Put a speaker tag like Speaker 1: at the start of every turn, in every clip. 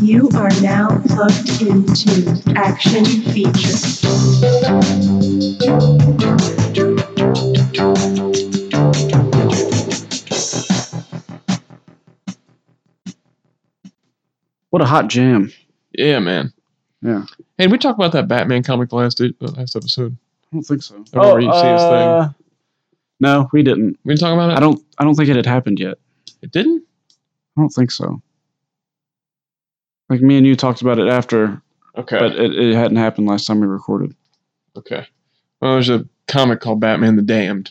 Speaker 1: You are now plugged into Action Feature.
Speaker 2: What a hot jam.
Speaker 3: Yeah, man.
Speaker 2: Yeah.
Speaker 3: Hey, did we talked about that Batman comic last uh, last episode.
Speaker 2: I don't think so.
Speaker 3: I remember you seeing his thing.
Speaker 2: uh, No, we didn't.
Speaker 3: We didn't talk about it.
Speaker 2: I don't I don't think it had happened yet.
Speaker 3: It didn't.
Speaker 2: I don't think so. Like me and you talked about it after,
Speaker 3: Okay.
Speaker 2: but it, it hadn't happened last time we recorded.
Speaker 3: okay. Well, there's a comic called Batman the Damned.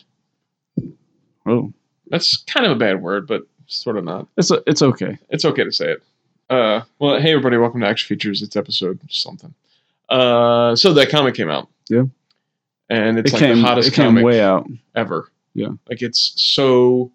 Speaker 2: Oh.
Speaker 3: That's kind of a bad word, but sort of not.
Speaker 2: It's a, it's okay.
Speaker 3: It's okay to say it. Uh, well, hey everybody, welcome to Action Features. It's episode something. Uh, so that comic came out.
Speaker 2: Yeah.
Speaker 3: And it's
Speaker 2: it
Speaker 3: like
Speaker 2: came
Speaker 3: the hottest
Speaker 2: it came
Speaker 3: comic
Speaker 2: way out.
Speaker 3: ever.
Speaker 2: Yeah.
Speaker 3: Like it's so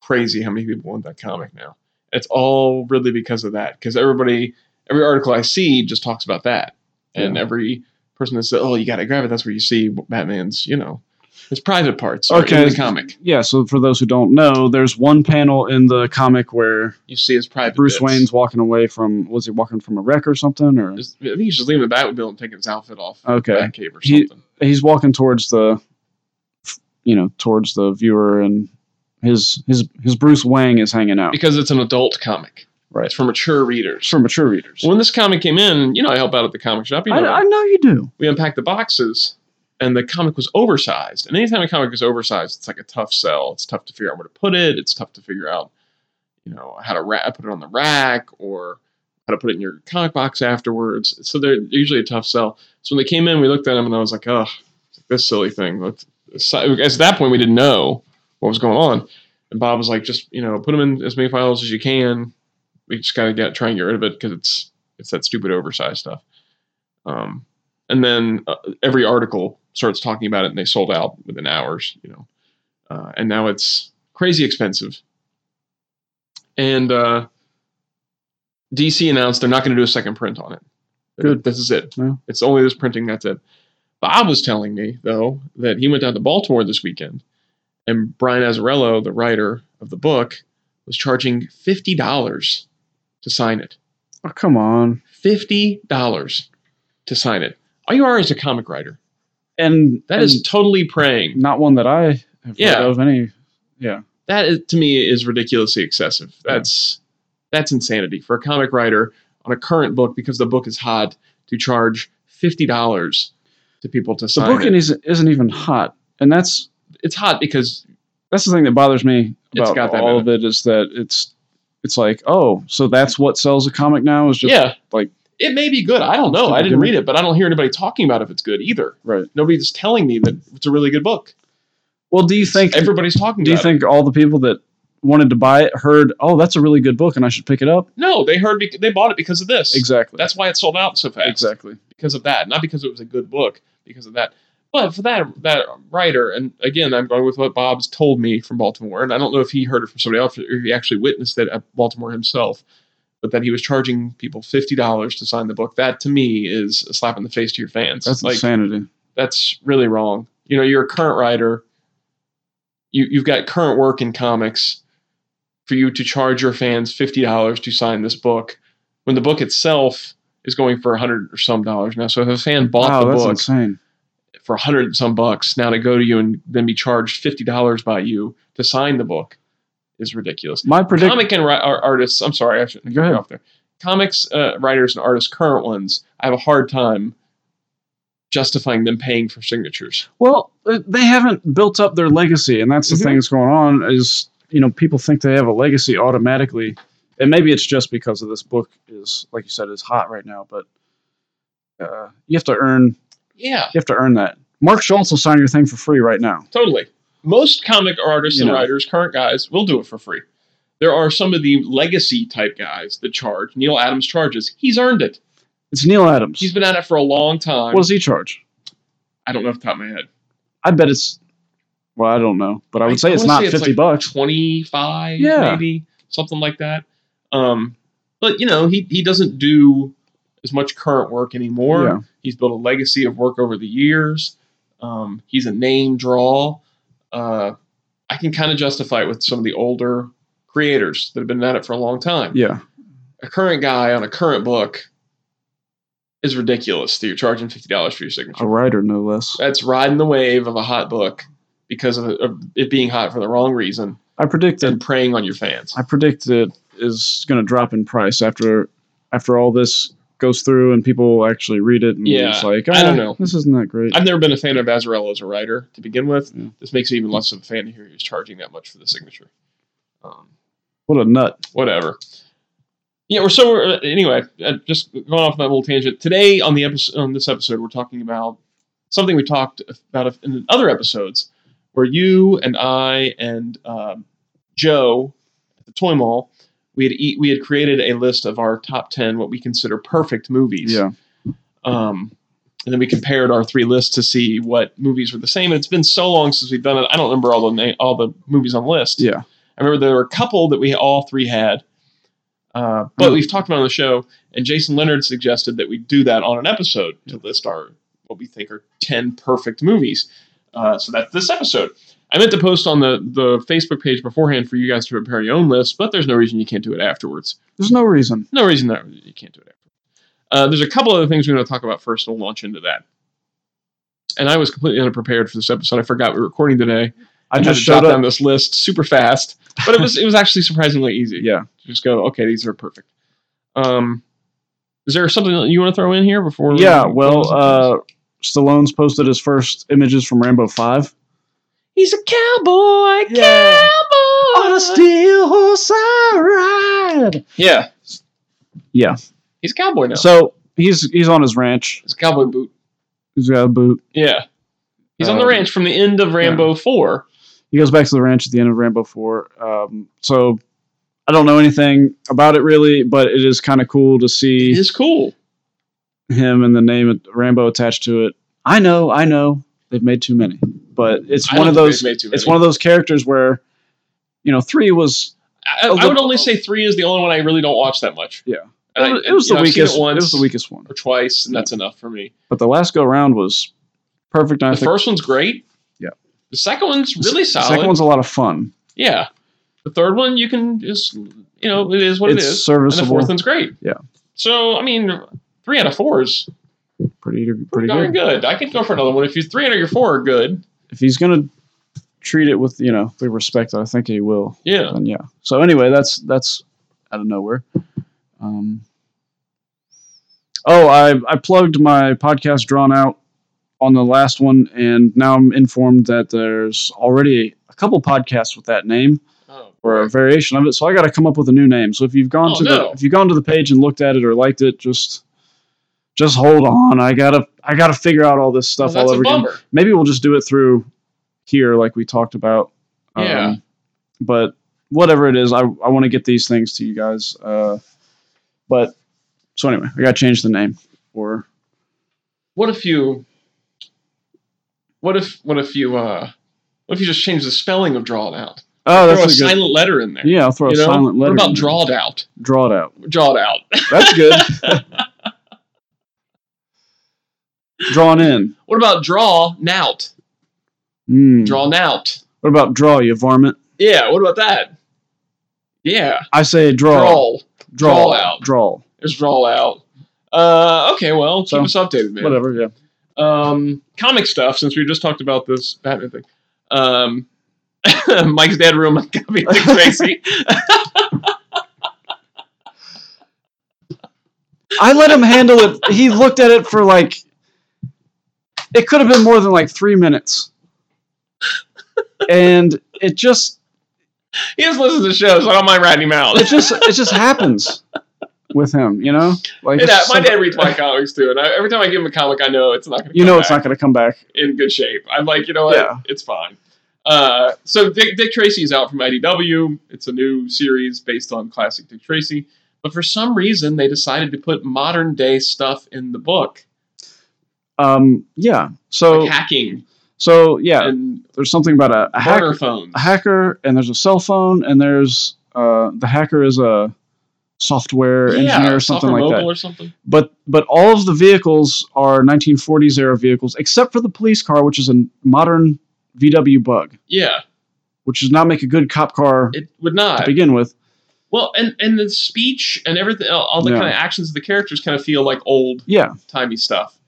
Speaker 3: crazy how many people want that comic now. It's all really because of that. Because everybody, every article I see just talks about that. And
Speaker 2: Yeah.
Speaker 3: every person that says, oh, you got to grab it, that's where you see Batman's, you know, his private parts okay.
Speaker 2: Okay.
Speaker 3: in the comic.
Speaker 2: Yeah, so for those who don't know, there's one panel in the comic where
Speaker 3: You see his private
Speaker 2: Bruce
Speaker 3: bits.
Speaker 2: Wayne's walking away from was he walking from a wreck or something or
Speaker 3: Just- I think he's just leaving the Batmobile and taking his outfit off.
Speaker 2: Okay.
Speaker 3: Batcave or
Speaker 2: He-
Speaker 3: something.
Speaker 2: he's walking towards the you know, towards the viewer and his his his Bruce Wang is hanging out.
Speaker 3: because it's an adult comic.
Speaker 2: Right.
Speaker 3: It's for mature readers.
Speaker 2: It's for mature readers.
Speaker 3: when this comic came in, you know, I help out at the comic shop. You know,
Speaker 2: I,
Speaker 3: that.
Speaker 2: I know you do.
Speaker 3: we unpacked the boxes and the comic was oversized. And anytime a comic is oversized, it's like a tough sell. It's tough to figure out where to put it. It's tough to figure out, you know, how to ra- put it on the rack or how to put it in your comic box afterwards. So they're usually a tough sell. So when they came in, we looked at them and I was like, oh, this silly thing. Let's- At that point, we didn't know what was going on. And Bob was like, just, you know, put them in as many files as you can. We just got to get try and get rid of it because it's it's that stupid oversized stuff. Um, and then uh, every article starts talking about it and they sold out within hours you know uh, and now it's crazy expensive and uh, dc announced they're not going to do a second print on it
Speaker 2: Good.
Speaker 3: this is it
Speaker 2: Yeah.
Speaker 3: it's only this printing that's it bob was telling me though that he went down to baltimore this weekend and brian azarello the writer of the book was charging $50 to sign it
Speaker 2: Oh, come on.
Speaker 3: fifty dollars to sign it. All you are is a comic writer.
Speaker 2: And
Speaker 3: That is
Speaker 2: and
Speaker 3: totally praying.
Speaker 2: not one that I have
Speaker 3: Yeah.
Speaker 2: heard of any. Yeah.
Speaker 3: That is, to me is ridiculously excessive. That's that's insanity for a comic writer on a current book because the book is hot to charge fifty dollars to people to
Speaker 2: The
Speaker 3: sign
Speaker 2: book
Speaker 3: it.
Speaker 2: isn't, isn't even hot. And that's
Speaker 3: it's hot because
Speaker 2: that's the thing that bothers me
Speaker 3: It's
Speaker 2: about
Speaker 3: got that
Speaker 2: all of
Speaker 3: in
Speaker 2: it is that it's it's like, oh, so that's what sells a comic now is just
Speaker 3: yeah,
Speaker 2: like-
Speaker 3: it may be good. I don't know.
Speaker 2: Stupid
Speaker 3: I didn't
Speaker 2: gimmick.
Speaker 3: read it, but I don't hear anybody talking about if it's good either.
Speaker 2: right.
Speaker 3: Nobody's telling me that it's a really good book.
Speaker 2: Well, do you think
Speaker 3: Everybody's talking.
Speaker 2: do you
Speaker 3: about it.
Speaker 2: think all the people that wanted to buy it heard, oh, that's a really good book and I should pick it up?
Speaker 3: No, they heard. bec they bought it because of this.
Speaker 2: Exactly.
Speaker 3: That's why it sold out so fast.
Speaker 2: exactly.
Speaker 3: because of that, not because it was a good book, because of that. But for that that writer, and again, I'm going with what Bob's told me from Baltimore, and I don't know if he heard it from somebody else or if he actually witnessed it at Baltimore himself, but that he was charging people fifty dollars to sign the book. That to me is a slap in the face to your fans.
Speaker 2: That's
Speaker 3: like
Speaker 2: insanity.
Speaker 3: that's really wrong. You know, you're a current writer. You you've got current work in comics. For you to charge your fans fifty dollars to sign this book, when the book itself is going for a hundred or some dollars now. So if a fan bought
Speaker 2: Wow,
Speaker 3: the
Speaker 2: that's
Speaker 3: book
Speaker 2: insane.
Speaker 3: for a hundred and some bucks, now to go to you and then be charged fifty dollars by you to sign the book is ridiculous.
Speaker 2: My predict
Speaker 3: Comic and ri- ar- artists. I'm sorry, I shouldn't
Speaker 2: Go
Speaker 3: cut you
Speaker 2: ahead.
Speaker 3: off there. Comics uh, writers and artists, current ones. I have a hard time justifying them paying for signatures.
Speaker 2: Well, uh, they haven't built up their legacy, and that's the
Speaker 3: Mhm.
Speaker 2: thing that's going on. Is you know people think they have a legacy automatically, and maybe it's just because of this book is like you said is hot right now. But uh, you have to earn
Speaker 3: Yeah,
Speaker 2: you have to earn that. Mark Schultz will sign your thing for free right now.
Speaker 3: totally. Most comic artists
Speaker 2: You
Speaker 3: and
Speaker 2: know.
Speaker 3: writers, current guys, will do it for free. There are some of the legacy type guys that charge. Neil Adams charges. He's earned it.
Speaker 2: It's Neil Adams.
Speaker 3: He's been at it for a long time.
Speaker 2: what does he charge?
Speaker 3: I don't know off the top of my head.
Speaker 2: I bet it's well, I don't know, but I would say it's
Speaker 3: wanna
Speaker 2: not fifty
Speaker 3: like
Speaker 2: bucks.
Speaker 3: 25
Speaker 2: Yeah.
Speaker 3: Uh, maybe something like that um but you know he he doesn't do as much current work anymore
Speaker 2: Yeah.
Speaker 3: he's built a legacy of work over the years um he's a name draw uh i can kind of justify it with some of the older creators that have been at it for a long time.
Speaker 2: Yeah.
Speaker 3: A current guy on a current book is ridiculous that you're charging fifty dollars for your signature.
Speaker 2: A writer, no less.
Speaker 3: That's riding the wave of a hot book because of, of it being hot for the wrong reason
Speaker 2: I predict that
Speaker 3: and preying on your fans.
Speaker 2: I predict it is going to drop in price after after all this goes through and people actually read it. And
Speaker 3: Yeah,
Speaker 2: it's like,
Speaker 3: I don't
Speaker 2: "Ah,
Speaker 3: know."
Speaker 2: This isn't that great.
Speaker 3: I've never been a fan of Azarello as a writer to begin with.
Speaker 2: Yeah.
Speaker 3: This makes me even less of a fan to hear he's charging that much for the signature. Um,
Speaker 2: what a nut.
Speaker 3: whatever. Yeah, we're so we're, anyway. uh, Just going off that little tangent. Today on the episode, on this episode, we're talking about something we talked about in other episodes, where you and I and um, Joe at the Toy Mall, we had eat, we had created a list of our top ten what we consider perfect movies.
Speaker 2: Yeah.
Speaker 3: Um, and then we compared our three lists to see what movies were the same. And it's been so long since we've done it. I don't remember all the na- all the movies on the list.
Speaker 2: Yeah.
Speaker 3: I remember there were a couple that we all three had, uh, but we've talked about it on the show. And Jason Leonard suggested that we do that on an episode to list our what we think are ten perfect movies. Uh, so that's this episode. I meant to post on the the Facebook page beforehand for you guys to prepare your own list, but there's no reason you can't do it afterwards.
Speaker 2: There's no reason.
Speaker 3: No reason that you can't do it afterwards. Uh, there's a couple other things we want to talk about first. and We'll launch into that. And I was completely unprepared for this episode. I forgot we were recording today.
Speaker 2: I
Speaker 3: I
Speaker 2: just
Speaker 3: just jot
Speaker 2: showed
Speaker 3: down
Speaker 2: up.
Speaker 3: this list super fast, but it was it was actually surprisingly easy.
Speaker 2: Yeah.
Speaker 3: just go. Okay, these are perfect. Um, is there something that you want to throw in here before? we-
Speaker 2: Yeah. Well, uh, Stallone's posted his first images from Rambo 5.
Speaker 3: he's a cowboy,
Speaker 2: Yeah.
Speaker 3: cowboy
Speaker 2: steel horse I ride.
Speaker 3: Yeah,
Speaker 2: Yeah.
Speaker 3: he's a cowboy now.
Speaker 2: So he's he's on his ranch.
Speaker 3: It's a cowboy boot.
Speaker 2: He's got a boot.
Speaker 3: Yeah, he's on the
Speaker 2: Um,
Speaker 3: ranch from the end of Rambo Four.
Speaker 2: He goes back to the ranch at the end of Rambo 4. Um, so I don't know anything about it really, but it is kind of cool to see.
Speaker 3: It is cool.
Speaker 2: him and the name of Rambo attached to it. I know, I know, they've made too many, but it's
Speaker 3: I
Speaker 2: one of
Speaker 3: don't think
Speaker 2: those.
Speaker 3: they've made too
Speaker 2: It's
Speaker 3: many.
Speaker 2: one of those characters where, you know, three was
Speaker 3: I,
Speaker 2: oh,
Speaker 3: I would
Speaker 2: the-
Speaker 3: only say three is the only one I really don't watch that much.
Speaker 2: Yeah.
Speaker 3: And I-
Speaker 2: it was, it was
Speaker 3: you
Speaker 2: the
Speaker 3: know, I've seen
Speaker 2: weakest.
Speaker 3: It, once
Speaker 2: it was the weakest one,
Speaker 3: or twice, and that's enough for me.
Speaker 2: but the last go round was perfect. and I
Speaker 3: The
Speaker 2: think
Speaker 3: first one's great.
Speaker 2: Yeah.
Speaker 3: The second one's really
Speaker 2: the
Speaker 3: solid.
Speaker 2: second one's a lot of fun.
Speaker 3: yeah. The third one you can just you know it is what
Speaker 2: it's
Speaker 3: it is. And the
Speaker 2: serviceable.
Speaker 3: fourth one's great.
Speaker 2: Yeah.
Speaker 3: So I mean, three out of four is
Speaker 2: pretty pretty,
Speaker 3: pretty darn
Speaker 2: good.
Speaker 3: good. I could go for another one if you three out of your four are good.
Speaker 2: If he's gonna treat it with you know the respect, that I think he will.
Speaker 3: Yeah.
Speaker 2: And yeah. So anyway, that's that's out of nowhere. Um, oh, I I plugged my podcast drawn out on the last one, and now I'm informed that there's already a couple podcasts with that name
Speaker 3: Oh,
Speaker 2: or a variation of it. So I got to come up with a new name. So if you've gone
Speaker 3: Oh,
Speaker 2: to the
Speaker 3: no.
Speaker 2: if you've gone to the page and looked at it or liked it, just just hold on. I gotta I gotta figure out all this stuff
Speaker 3: that's
Speaker 2: all over
Speaker 3: a
Speaker 2: again.
Speaker 3: bummer.
Speaker 2: Maybe we'll just do it through here, like we talked about. Um,
Speaker 3: Yeah.
Speaker 2: But whatever it is, I, I want to get these things to you guys. Uh, but so anyway, I got to change the name. Or
Speaker 3: What if you? What if? What if you? uh What if you just change the spelling of drawn out?
Speaker 2: oh,
Speaker 3: Throw a
Speaker 2: that's a good.
Speaker 3: silent letter in there.
Speaker 2: Yeah, I'll throw
Speaker 3: You
Speaker 2: a
Speaker 3: know?
Speaker 2: silent letter.
Speaker 3: What about
Speaker 2: in there.
Speaker 3: drawed out?
Speaker 2: Draw it out.
Speaker 3: Drawed out.
Speaker 2: That's good. Drawn in.
Speaker 3: What about draw out?
Speaker 2: Mm.
Speaker 3: Drawn out.
Speaker 2: What about draw, you varmint?
Speaker 3: Yeah, what about that? Yeah,
Speaker 2: I say draw.
Speaker 3: drawl.
Speaker 2: Draw
Speaker 3: Draw out.
Speaker 2: Draw.
Speaker 3: There's drawl out. Uh, okay, well, keep
Speaker 2: So,
Speaker 3: us updated, man.
Speaker 2: Whatever, yeah.
Speaker 3: Um, comic stuff, since we just talked about this Batman thing. Um, Mike's dad room might be too crazy.
Speaker 2: I let him handle it. He looked at it for like it could have been more than like three minutes, and it just
Speaker 3: he just listens to shows. I don't mind ratting him out.
Speaker 2: it just it just happens with him, you know. Like
Speaker 3: Hey,
Speaker 2: it's
Speaker 3: Dad, my
Speaker 2: some-
Speaker 3: dad reads my comics too, and I, every time I give him a comic, I know it's not going to.
Speaker 2: You know, it's not going to come back.
Speaker 3: in good shape. I'm like, you know what?
Speaker 2: Yeah.
Speaker 3: It's fine. Uh, so Dick, Dick Tracy is out from IDW. It's a new series based on classic Dick Tracy. But for some reason, they decided to put modern day stuff in the book,
Speaker 2: Um, yeah. So
Speaker 3: like hacking
Speaker 2: so yeah.
Speaker 3: and
Speaker 2: There's something about a, a
Speaker 3: burner
Speaker 2: hacker,
Speaker 3: phones.
Speaker 2: a hacker, and there's a cell phone, and there's uh, the hacker is a software engineer or something
Speaker 3: software
Speaker 2: like
Speaker 3: mobile
Speaker 2: that.
Speaker 3: or something.
Speaker 2: but but all of the vehicles are 1940s era vehicles except for the police car which is a modern vw bug
Speaker 3: Yeah,
Speaker 2: which does not make a good cop car
Speaker 3: It would
Speaker 2: to
Speaker 3: not.
Speaker 2: begin with.
Speaker 3: Well, and and the speech and everything, all all the
Speaker 2: Yeah.
Speaker 3: kind of actions of the characters kind of feel like old
Speaker 2: Yeah,
Speaker 3: timey stuff.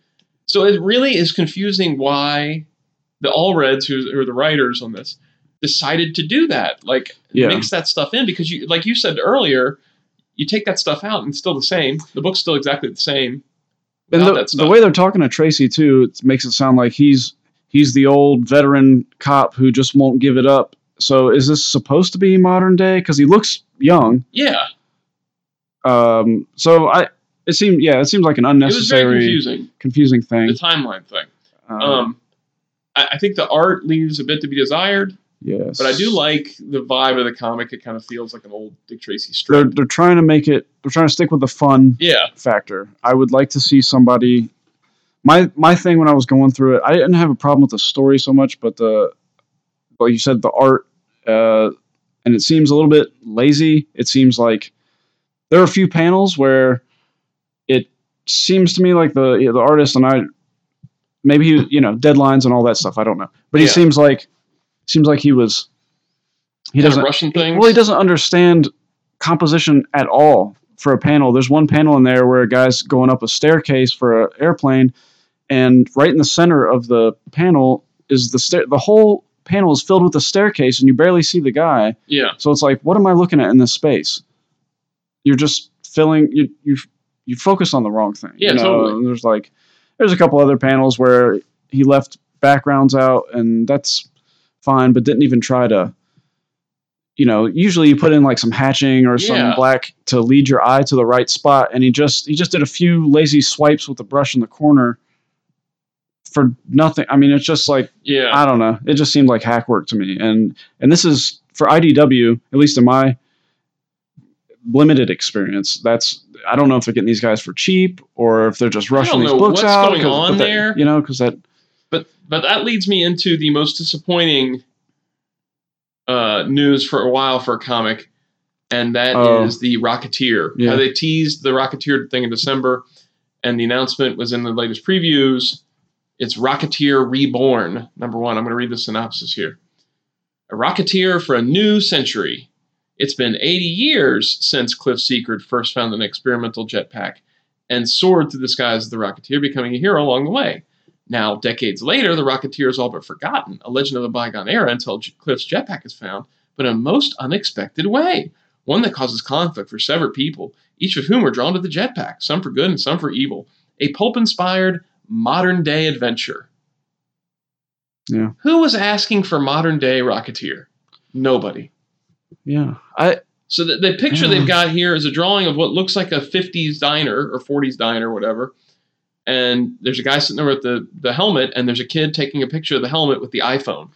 Speaker 3: So it really is confusing why the Allreds, who, who are the writers on this, decided to do that. Like
Speaker 2: Yeah.
Speaker 3: mix that stuff in because you, like you said earlier, you take that stuff out and it's still the same. The book's still exactly the same.
Speaker 2: and
Speaker 3: without
Speaker 2: the,
Speaker 3: that
Speaker 2: the
Speaker 3: stuff.
Speaker 2: way they're talking to Tracy too, it makes it sound like he's he's the old veteran cop who just won't give it up. So is this supposed to be modern day? Because he looks young.
Speaker 3: yeah,
Speaker 2: Um, so I it seemed yeah it seems like an
Speaker 3: it was very
Speaker 2: unnecessary
Speaker 3: confusing.
Speaker 2: confusing thing.
Speaker 3: The timeline thing.
Speaker 2: Um,
Speaker 3: Um, I, I think the art leaves a bit to be desired,
Speaker 2: Uh, yes,
Speaker 3: but I do like the vibe of the comic. It kind of feels like an old Dick Tracy
Speaker 2: they're
Speaker 3: strip.
Speaker 2: they're trying to make it. They're trying to stick with the fun
Speaker 3: Yeah,
Speaker 2: factor. I would like to see somebody. My my thing when I was going through it, I didn't have a problem with the story so much, but the, well, you said the art, uh, and it seems a little bit lazy. It seems like there are a few panels where it seems to me like the yeah, the artist and I, maybe he, you know, deadlines and all that stuff. I don't know, but he
Speaker 3: Yeah.
Speaker 2: seems like seems like he was. He
Speaker 3: Kinda
Speaker 2: doesn't
Speaker 3: rushing things.
Speaker 2: well, he doesn't understand composition at all for a panel. There's one panel in there where a guy's going up a staircase for an airplane, and right in the center of the panel is the stair. The whole panel is filled with the staircase, and you barely see the guy.
Speaker 3: Yeah,
Speaker 2: So it's like, what am I looking at in this space? You're just filling. You you you focus on the wrong thing.
Speaker 3: Yeah,
Speaker 2: you know?
Speaker 3: totally.
Speaker 2: And there's like, there's a couple other panels where he left backgrounds out, and that's fine, but didn't even try to. You know, usually you put in like some hatching or some
Speaker 3: Yeah.
Speaker 2: black to lead your eye to the right spot, and he just he just did a few lazy swipes with the brush in the corner for nothing. I mean, it's just like
Speaker 3: yeah.
Speaker 2: I don't know. It just seemed like hack work to me. And and this is for IDW, at least in my limited experience. That's I don't know if they're getting these guys for cheap or if they're just rushing
Speaker 3: don't
Speaker 2: these
Speaker 3: know
Speaker 2: books
Speaker 3: what's
Speaker 2: out.
Speaker 3: going
Speaker 2: 'cause-
Speaker 3: on
Speaker 2: but that-
Speaker 3: there.
Speaker 2: you know, because that
Speaker 3: But but that leads me into the most disappointing uh, news for a while for a comic, and that is
Speaker 2: Oh.
Speaker 3: the Rocketeer.
Speaker 2: Yeah.
Speaker 3: How they teased the Rocketeer thing in December, and the announcement was in the latest previews. It's Rocketeer Reborn. Number one, I'm going to read the synopsis here. A Rocketeer for a new century. It's been 80 years since Cliff Secret first found an experimental jetpack and soared through the skies of the Rocketeer, becoming a hero along the way. Now, decades later, the Rocketeer is all but forgotten, a legend of the bygone era until J- Cliff's jetpack is found, but in a most unexpected way. One that causes conflict for several people, each of whom are drawn to the jetpack, some for good and some for evil. A pulp inspired modern day adventure.
Speaker 2: Yeah.
Speaker 3: Who was asking for modern day Rocketeer? Nobody.
Speaker 2: yeah. I
Speaker 3: So the, the picture
Speaker 2: Yeah.
Speaker 3: they've got here is a drawing of what looks like a 50s diner or 40s diner, whatever. And there's a guy sitting there with the, the helmet, and there's a kid taking a picture of the helmet with the iPhone.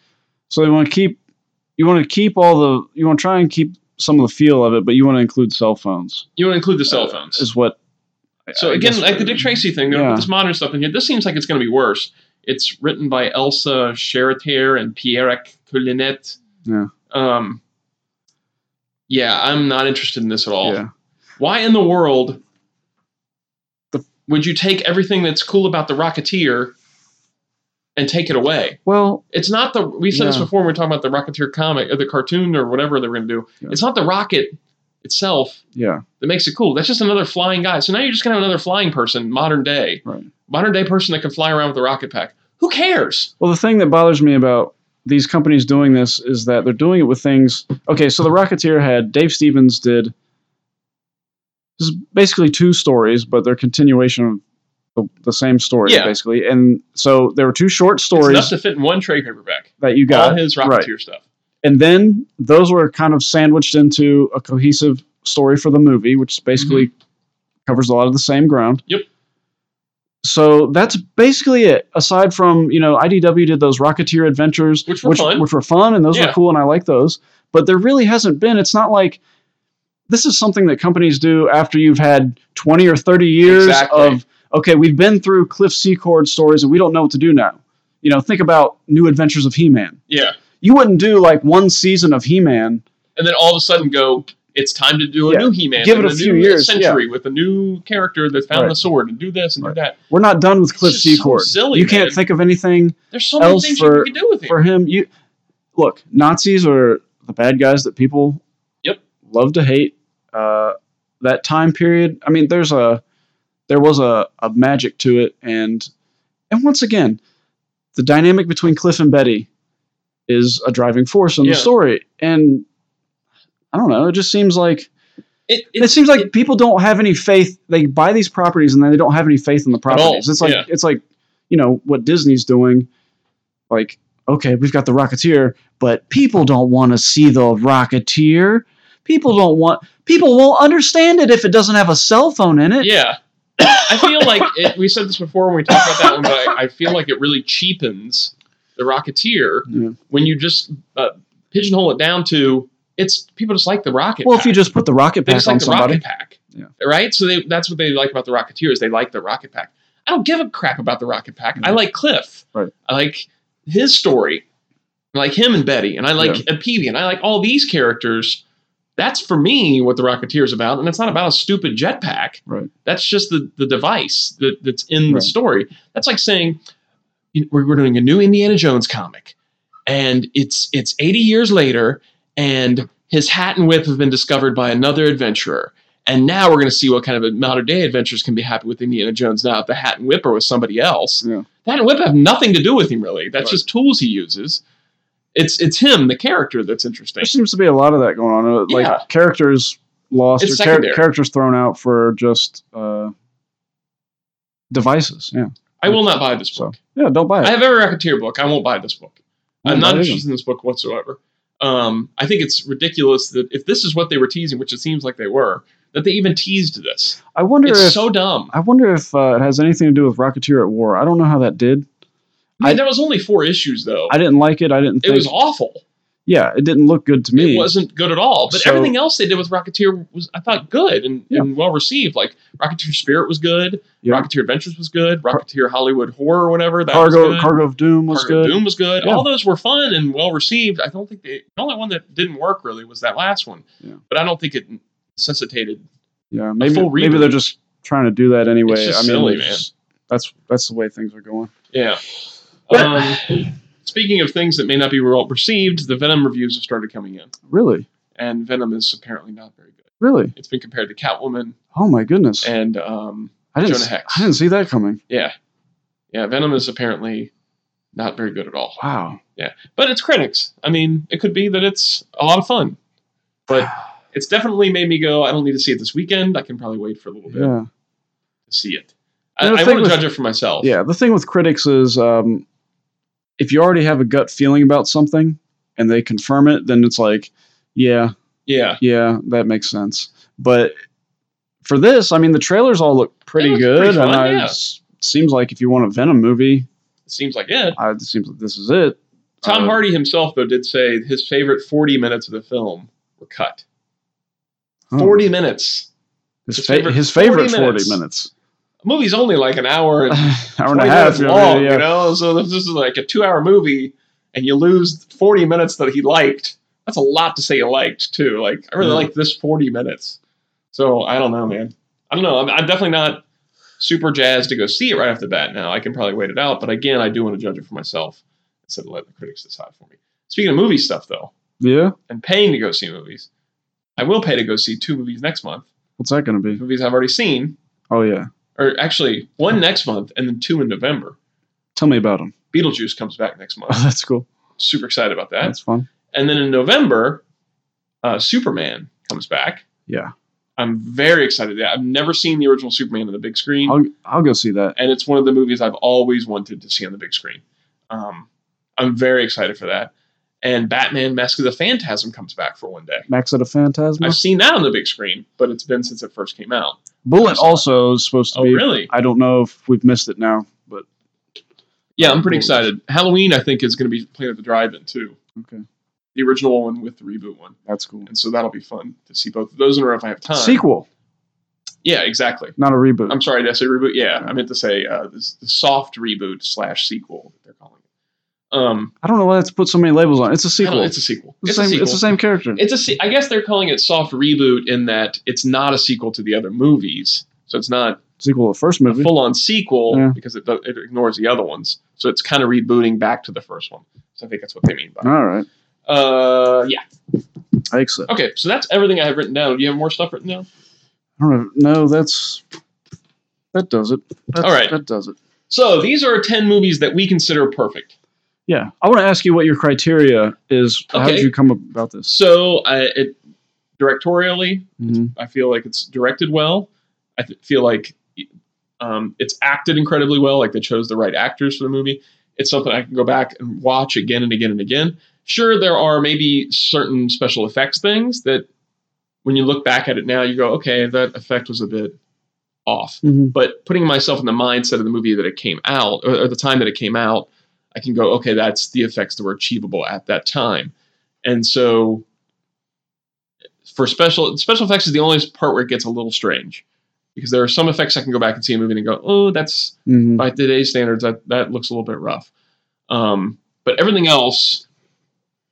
Speaker 2: so you want to keep you want to keep all the you want to try and keep some of the feel of it, but you want to include cell phones.
Speaker 3: You want to include the cell
Speaker 2: Uh,
Speaker 3: phones.
Speaker 2: is what. I-
Speaker 3: so
Speaker 2: I
Speaker 3: again,
Speaker 2: guess-
Speaker 3: like the Dick Tracy thing, they're gonna
Speaker 2: Yeah.
Speaker 3: put this modern stuff in here. This seems like it's going to be worse. It's written by Elsa Charretier and Pierrick Coulinet.
Speaker 2: Yeah.
Speaker 3: Um, yeah, I'm not interested in this at all.
Speaker 2: Yeah.
Speaker 3: Why in the world
Speaker 2: The-
Speaker 3: would you take everything that's cool about the Rocketeer and take it away?
Speaker 2: Well,
Speaker 3: It's not the we said this
Speaker 2: Yeah.
Speaker 3: before when we were talking about the Rocketeer comic or the cartoon or whatever they're going to do.
Speaker 2: Yeah.
Speaker 3: It's not the rocket itself
Speaker 2: yeah.
Speaker 3: that makes it cool. That's just another flying guy. So now you're just gonna have another flying person, modern day,
Speaker 2: Right.
Speaker 3: modern day person that can fly around with a rocket pack. Who cares?
Speaker 2: Well, the thing that bothers me about these companies doing this is that they're doing it with things. Okay, so the Rocketeer had Dave Stevens did. This is basically two stories, but they're continuation of the, the same story,
Speaker 3: Yeah.
Speaker 2: basically. And so there were two short
Speaker 3: It's
Speaker 2: stories
Speaker 3: enough to fit in one trade paperback.
Speaker 2: that you
Speaker 3: all
Speaker 2: got,
Speaker 3: his
Speaker 2: right.
Speaker 3: Rocketeer stuff.
Speaker 2: and then those were kind of sandwiched into a cohesive story for the movie, which basically covers a lot of the same ground.
Speaker 3: Mm-hmm. Yep.
Speaker 2: So that's basically it. Aside from you know, IDW did those Rocketeer adventures,
Speaker 3: Which were fun.
Speaker 2: which were fun, and those
Speaker 3: Yeah.
Speaker 2: were cool, and I like those. But there really hasn't been. It's not like this is something that companies do after you've had twenty or thirty years
Speaker 3: Exactly.
Speaker 2: of okay, we've been through Cliff Secord stories, and we don't know what to do now. You know, think about New Adventures of He-Man.
Speaker 3: Yeah.
Speaker 2: You wouldn't do like one season of He-Man
Speaker 3: And then all of a sudden go, it's time to do a
Speaker 2: Yeah.
Speaker 3: new He Man.
Speaker 2: Give it a few years,
Speaker 3: Century with a new character that found
Speaker 2: Right.
Speaker 3: the sword and do this and
Speaker 2: Right.
Speaker 3: do that.
Speaker 2: We're not done with
Speaker 3: It's
Speaker 2: Cliff
Speaker 3: just so
Speaker 2: Secord.
Speaker 3: silly,
Speaker 2: you can't
Speaker 3: man.
Speaker 2: think of anything
Speaker 3: There's so many
Speaker 2: Else
Speaker 3: things
Speaker 2: for-
Speaker 3: you can do with it.
Speaker 2: for him. You look, Nazis are the bad guys that people
Speaker 3: Yep.
Speaker 2: love to hate. Uh, that time period, I mean, there's a there was a, a magic to it, and and once again, the dynamic between Cliff and Betty is a driving force in
Speaker 3: Yeah.
Speaker 2: the story, and I don't know, it just seems like
Speaker 3: It,
Speaker 2: it, seems like people don't have any faith. They buy these properties and then they don't have any faith in the
Speaker 3: all,
Speaker 2: properties. It's like
Speaker 3: yeah.
Speaker 2: it's like you know what Disney's doing. Like okay, we've got the Rocketeer, but people don't want to see the Rocketeer. People don't want. People won't understand it if it doesn't have a cell phone in it.
Speaker 3: yeah. I feel like it, we said this before when we talked about that one, but I, I feel like it really cheapens the Rocketeer
Speaker 2: Yeah.
Speaker 3: when you just uh, pigeonhole it down to it's people just like the rocket.
Speaker 2: Well,
Speaker 3: pack.
Speaker 2: if you just put the rocket
Speaker 3: they
Speaker 2: pack
Speaker 3: just
Speaker 2: on
Speaker 3: like the
Speaker 2: somebody,
Speaker 3: rocket pack,
Speaker 2: Yeah.
Speaker 3: right? So they, that's what they like about the Rocketeer is they like the rocket pack. I don't give a crap about the rocket pack. I
Speaker 2: Yeah.
Speaker 3: like Cliff.
Speaker 2: Right.
Speaker 3: I like his story. I like him and Betty, and I like and Peavy, and I like all these characters. That's for me what the Rocketeer is about, and it's not about a stupid jetpack.
Speaker 2: Right.
Speaker 3: That's just the the device that, that's in the
Speaker 2: Right.
Speaker 3: story. That's like saying you- we're, we're doing a new Indiana Jones comic, and it's it's 80 years later, and his hat and whip have been discovered by another adventurer. And now we're going to see what kind of modern day adventures can be happened with Indiana Jones now if the hat and whip are with somebody else.
Speaker 2: Yeah.
Speaker 3: The hat and whip have nothing to do with him really. That's
Speaker 2: Right.
Speaker 3: just tools he uses. It's it's him, the character, that's interesting.
Speaker 2: there seems to be a lot of that going on. Uh, Like
Speaker 3: Yeah.
Speaker 2: characters lost
Speaker 3: It's
Speaker 2: or char-
Speaker 3: secondary.
Speaker 2: characters thrown out for just uh, devices. Yeah.
Speaker 3: I will not buy this
Speaker 2: So
Speaker 3: book.
Speaker 2: yeah, don't buy it.
Speaker 3: I have every Rocketeer book. I won't buy this book. I'm
Speaker 2: Don't
Speaker 3: not
Speaker 2: buy it either.
Speaker 3: interested in this book whatsoever. Um, I think it's ridiculous that if this is what they were teasing, which it seems like they were, that they even teased this.
Speaker 2: I wonder
Speaker 3: It's
Speaker 2: if
Speaker 3: so dumb.
Speaker 2: I wonder if uh, it has anything to do with Rocketeer at War. I don't know how that did.
Speaker 3: I, there was only four issues though.
Speaker 2: I didn't like it. I didn't.
Speaker 3: it
Speaker 2: Think,
Speaker 3: was awful.
Speaker 2: yeah, it didn't look good to me.
Speaker 3: It wasn't good at all. But
Speaker 2: So-
Speaker 3: everything else they did with Rocketeer was, I thought, good and,
Speaker 2: Yeah.
Speaker 3: and well received. Like Rocketeer Spirit was good.
Speaker 2: Yeah.
Speaker 3: Rocketeer Adventures was good. Rocketeer Hollywood Horror, or whatever. That was
Speaker 2: Cargo
Speaker 3: good.
Speaker 2: Cargo of Doom was
Speaker 3: Cargo
Speaker 2: good.
Speaker 3: Doom was good.
Speaker 2: Yeah.
Speaker 3: All those were fun and well received. I don't think they, the only one that didn't work really was that last one.
Speaker 2: Yeah.
Speaker 3: But I don't think it necessitated.
Speaker 2: Yeah, maybe
Speaker 3: full
Speaker 2: maybe
Speaker 3: reboot.
Speaker 2: they're just trying to do that anyway.
Speaker 3: just
Speaker 2: I mean,
Speaker 3: silly,
Speaker 2: it's- that's that's the way things are going.
Speaker 3: Yeah.
Speaker 2: But-
Speaker 3: Um, speaking of things that may not be well received, the Venom reviews have started coming in,
Speaker 2: Really,
Speaker 3: and Venom is apparently not very good.
Speaker 2: really.
Speaker 3: It's been compared to Catwoman
Speaker 2: Oh my goodness.
Speaker 3: and um,
Speaker 2: I didn't.
Speaker 3: Jonah
Speaker 2: s-
Speaker 3: Hex.
Speaker 2: I didn't see that coming.
Speaker 3: Yeah. Yeah, Venom is apparently not very good at all.
Speaker 2: Wow.
Speaker 3: But it's critics. I mean, it could be that it's a lot of fun. But it's definitely made me go, I don't need to see it this weekend. I can probably wait for a little bit
Speaker 2: yeah.
Speaker 3: to see it. I,
Speaker 2: And the
Speaker 3: I
Speaker 2: thing
Speaker 3: want to
Speaker 2: with-
Speaker 3: judge it for myself.
Speaker 2: Yeah, the thing with critics is um, if you already have a gut feeling about something and they confirm it, then it's like, yeah,
Speaker 3: Yeah.
Speaker 2: yeah, that makes sense. But for this, I mean, the trailers all look pretty
Speaker 3: They look
Speaker 2: good,
Speaker 3: pretty fun,
Speaker 2: and I,
Speaker 3: yeah.
Speaker 2: s- seems like if you want a Venom movie,
Speaker 3: It seems like it.
Speaker 2: I, it seems like this is it.
Speaker 3: Tom
Speaker 2: Uh,
Speaker 3: Hardy himself, though, did say his favorite 40 minutes of the film were cut.
Speaker 2: huh.
Speaker 3: 40 minutes.
Speaker 2: His,
Speaker 3: his
Speaker 2: fa-
Speaker 3: favorite
Speaker 2: his favorite
Speaker 3: 40
Speaker 2: 40
Speaker 3: minutes.
Speaker 2: minutes,
Speaker 3: A movie's only like an hour and
Speaker 2: hour and a
Speaker 3: 20
Speaker 2: half.
Speaker 3: minutes long,
Speaker 2: yeah.
Speaker 3: you know? So this is like a two hour movie and you lose 40 minutes that he liked. That's a lot to say you liked, too. Like, I really
Speaker 2: Yeah.
Speaker 3: liked this 40 minutes. So I don't know, man. I don't know. I'm, I'm definitely not super jazzed to go see it right off the bat now. I can probably wait it out. But again, I do want to judge it for myself instead of letting the critics decide for me. Speaking of movie stuff, though,
Speaker 2: Yeah?
Speaker 3: and paying to go see movies, I will pay to go see two movies next month,
Speaker 2: What's that going to be?
Speaker 3: movies I've already seen,
Speaker 2: Oh yeah,
Speaker 3: or actually one next month and then two in November.
Speaker 2: tell me about him.
Speaker 3: Beetlejuice comes back next month.
Speaker 2: Oh, that's cool.
Speaker 3: super excited about that.
Speaker 2: That's fun.
Speaker 3: And then in November, uh, Superman comes back.
Speaker 2: Yeah,
Speaker 3: I'm very excited. I've never seen the original Superman on the big screen,
Speaker 2: I'll I'll go see that.
Speaker 3: and it's one of the movies I've always wanted to see on the big screen. Um, I'm very excited for that. And Batman: Mask of the Phantasm comes back for one day.
Speaker 2: Max at a Phantasma.
Speaker 3: I've seen that on the big screen, but it's been since it first came out.
Speaker 2: Bullet also is supposed to
Speaker 3: Oh,
Speaker 2: be.
Speaker 3: really?
Speaker 2: I don't know if we've missed it now, but
Speaker 3: Yeah, I'm pretty
Speaker 2: Bullet.
Speaker 3: excited. Halloween, I think, is going to be playing at the drive-in too.
Speaker 2: okay,
Speaker 3: The original one with the reboot one,
Speaker 2: that's cool.
Speaker 3: and so that'll be fun to see both of those in a row if I have time.
Speaker 2: Sequel,
Speaker 3: Yeah, exactly.
Speaker 2: not a reboot.
Speaker 3: I'm sorry, did I say reboot? Yeah, I meant to say uh, this, the soft reboot slash sequel that they're calling it. Um,
Speaker 2: I don't know why that's put so many labels on. it. It's a
Speaker 3: I don't
Speaker 2: sequel.
Speaker 3: know, It's a sequel.
Speaker 2: It's
Speaker 3: It's
Speaker 2: the
Speaker 3: a
Speaker 2: same,
Speaker 3: sequel.
Speaker 2: it's the same character.
Speaker 3: It's a se- I guess they're calling it soft reboot in that it's not a sequel to the other movies, so it's not
Speaker 2: sequel to the first
Speaker 3: a
Speaker 2: movie.
Speaker 3: full on sequel
Speaker 2: Yeah.
Speaker 3: because it, do- it ignores the other ones. So it's kind of rebooting back to the first one. So I think that's what they mean by. it.
Speaker 2: All right.
Speaker 3: Uh, yeah.
Speaker 2: I think so. I
Speaker 3: Okay, so that's everything I have written down. Do you have more stuff written down?
Speaker 2: don't know. No, that's that does it. That's,
Speaker 3: All right.
Speaker 2: that does it.
Speaker 3: So these are ten movies that we consider perfect.
Speaker 2: Yeah, I want to ask you what your criteria is. How did
Speaker 3: Okay.
Speaker 2: you come about this?
Speaker 3: So I, it directorially,
Speaker 2: Mhm.
Speaker 3: I feel like it's directed well. I th- feel like um, it's acted incredibly well. Like they chose the right actors for the movie. It's something I can go back and watch again and again and again. Sure, there are maybe certain special effects things that, when you look back at it now, you go, okay, that effect was a bit off.
Speaker 2: Mhm.
Speaker 3: But putting myself in the mindset of the movie that it came out, or or the time that it came out, I can go, okay, that's the effects that were achievable at that time. And so for special special effects is the only part where it gets a little strange because there are some effects I can go back and see a movie and go, oh, that's
Speaker 2: Mhm.
Speaker 3: by today's standards that that looks a little bit rough. Um, but everything else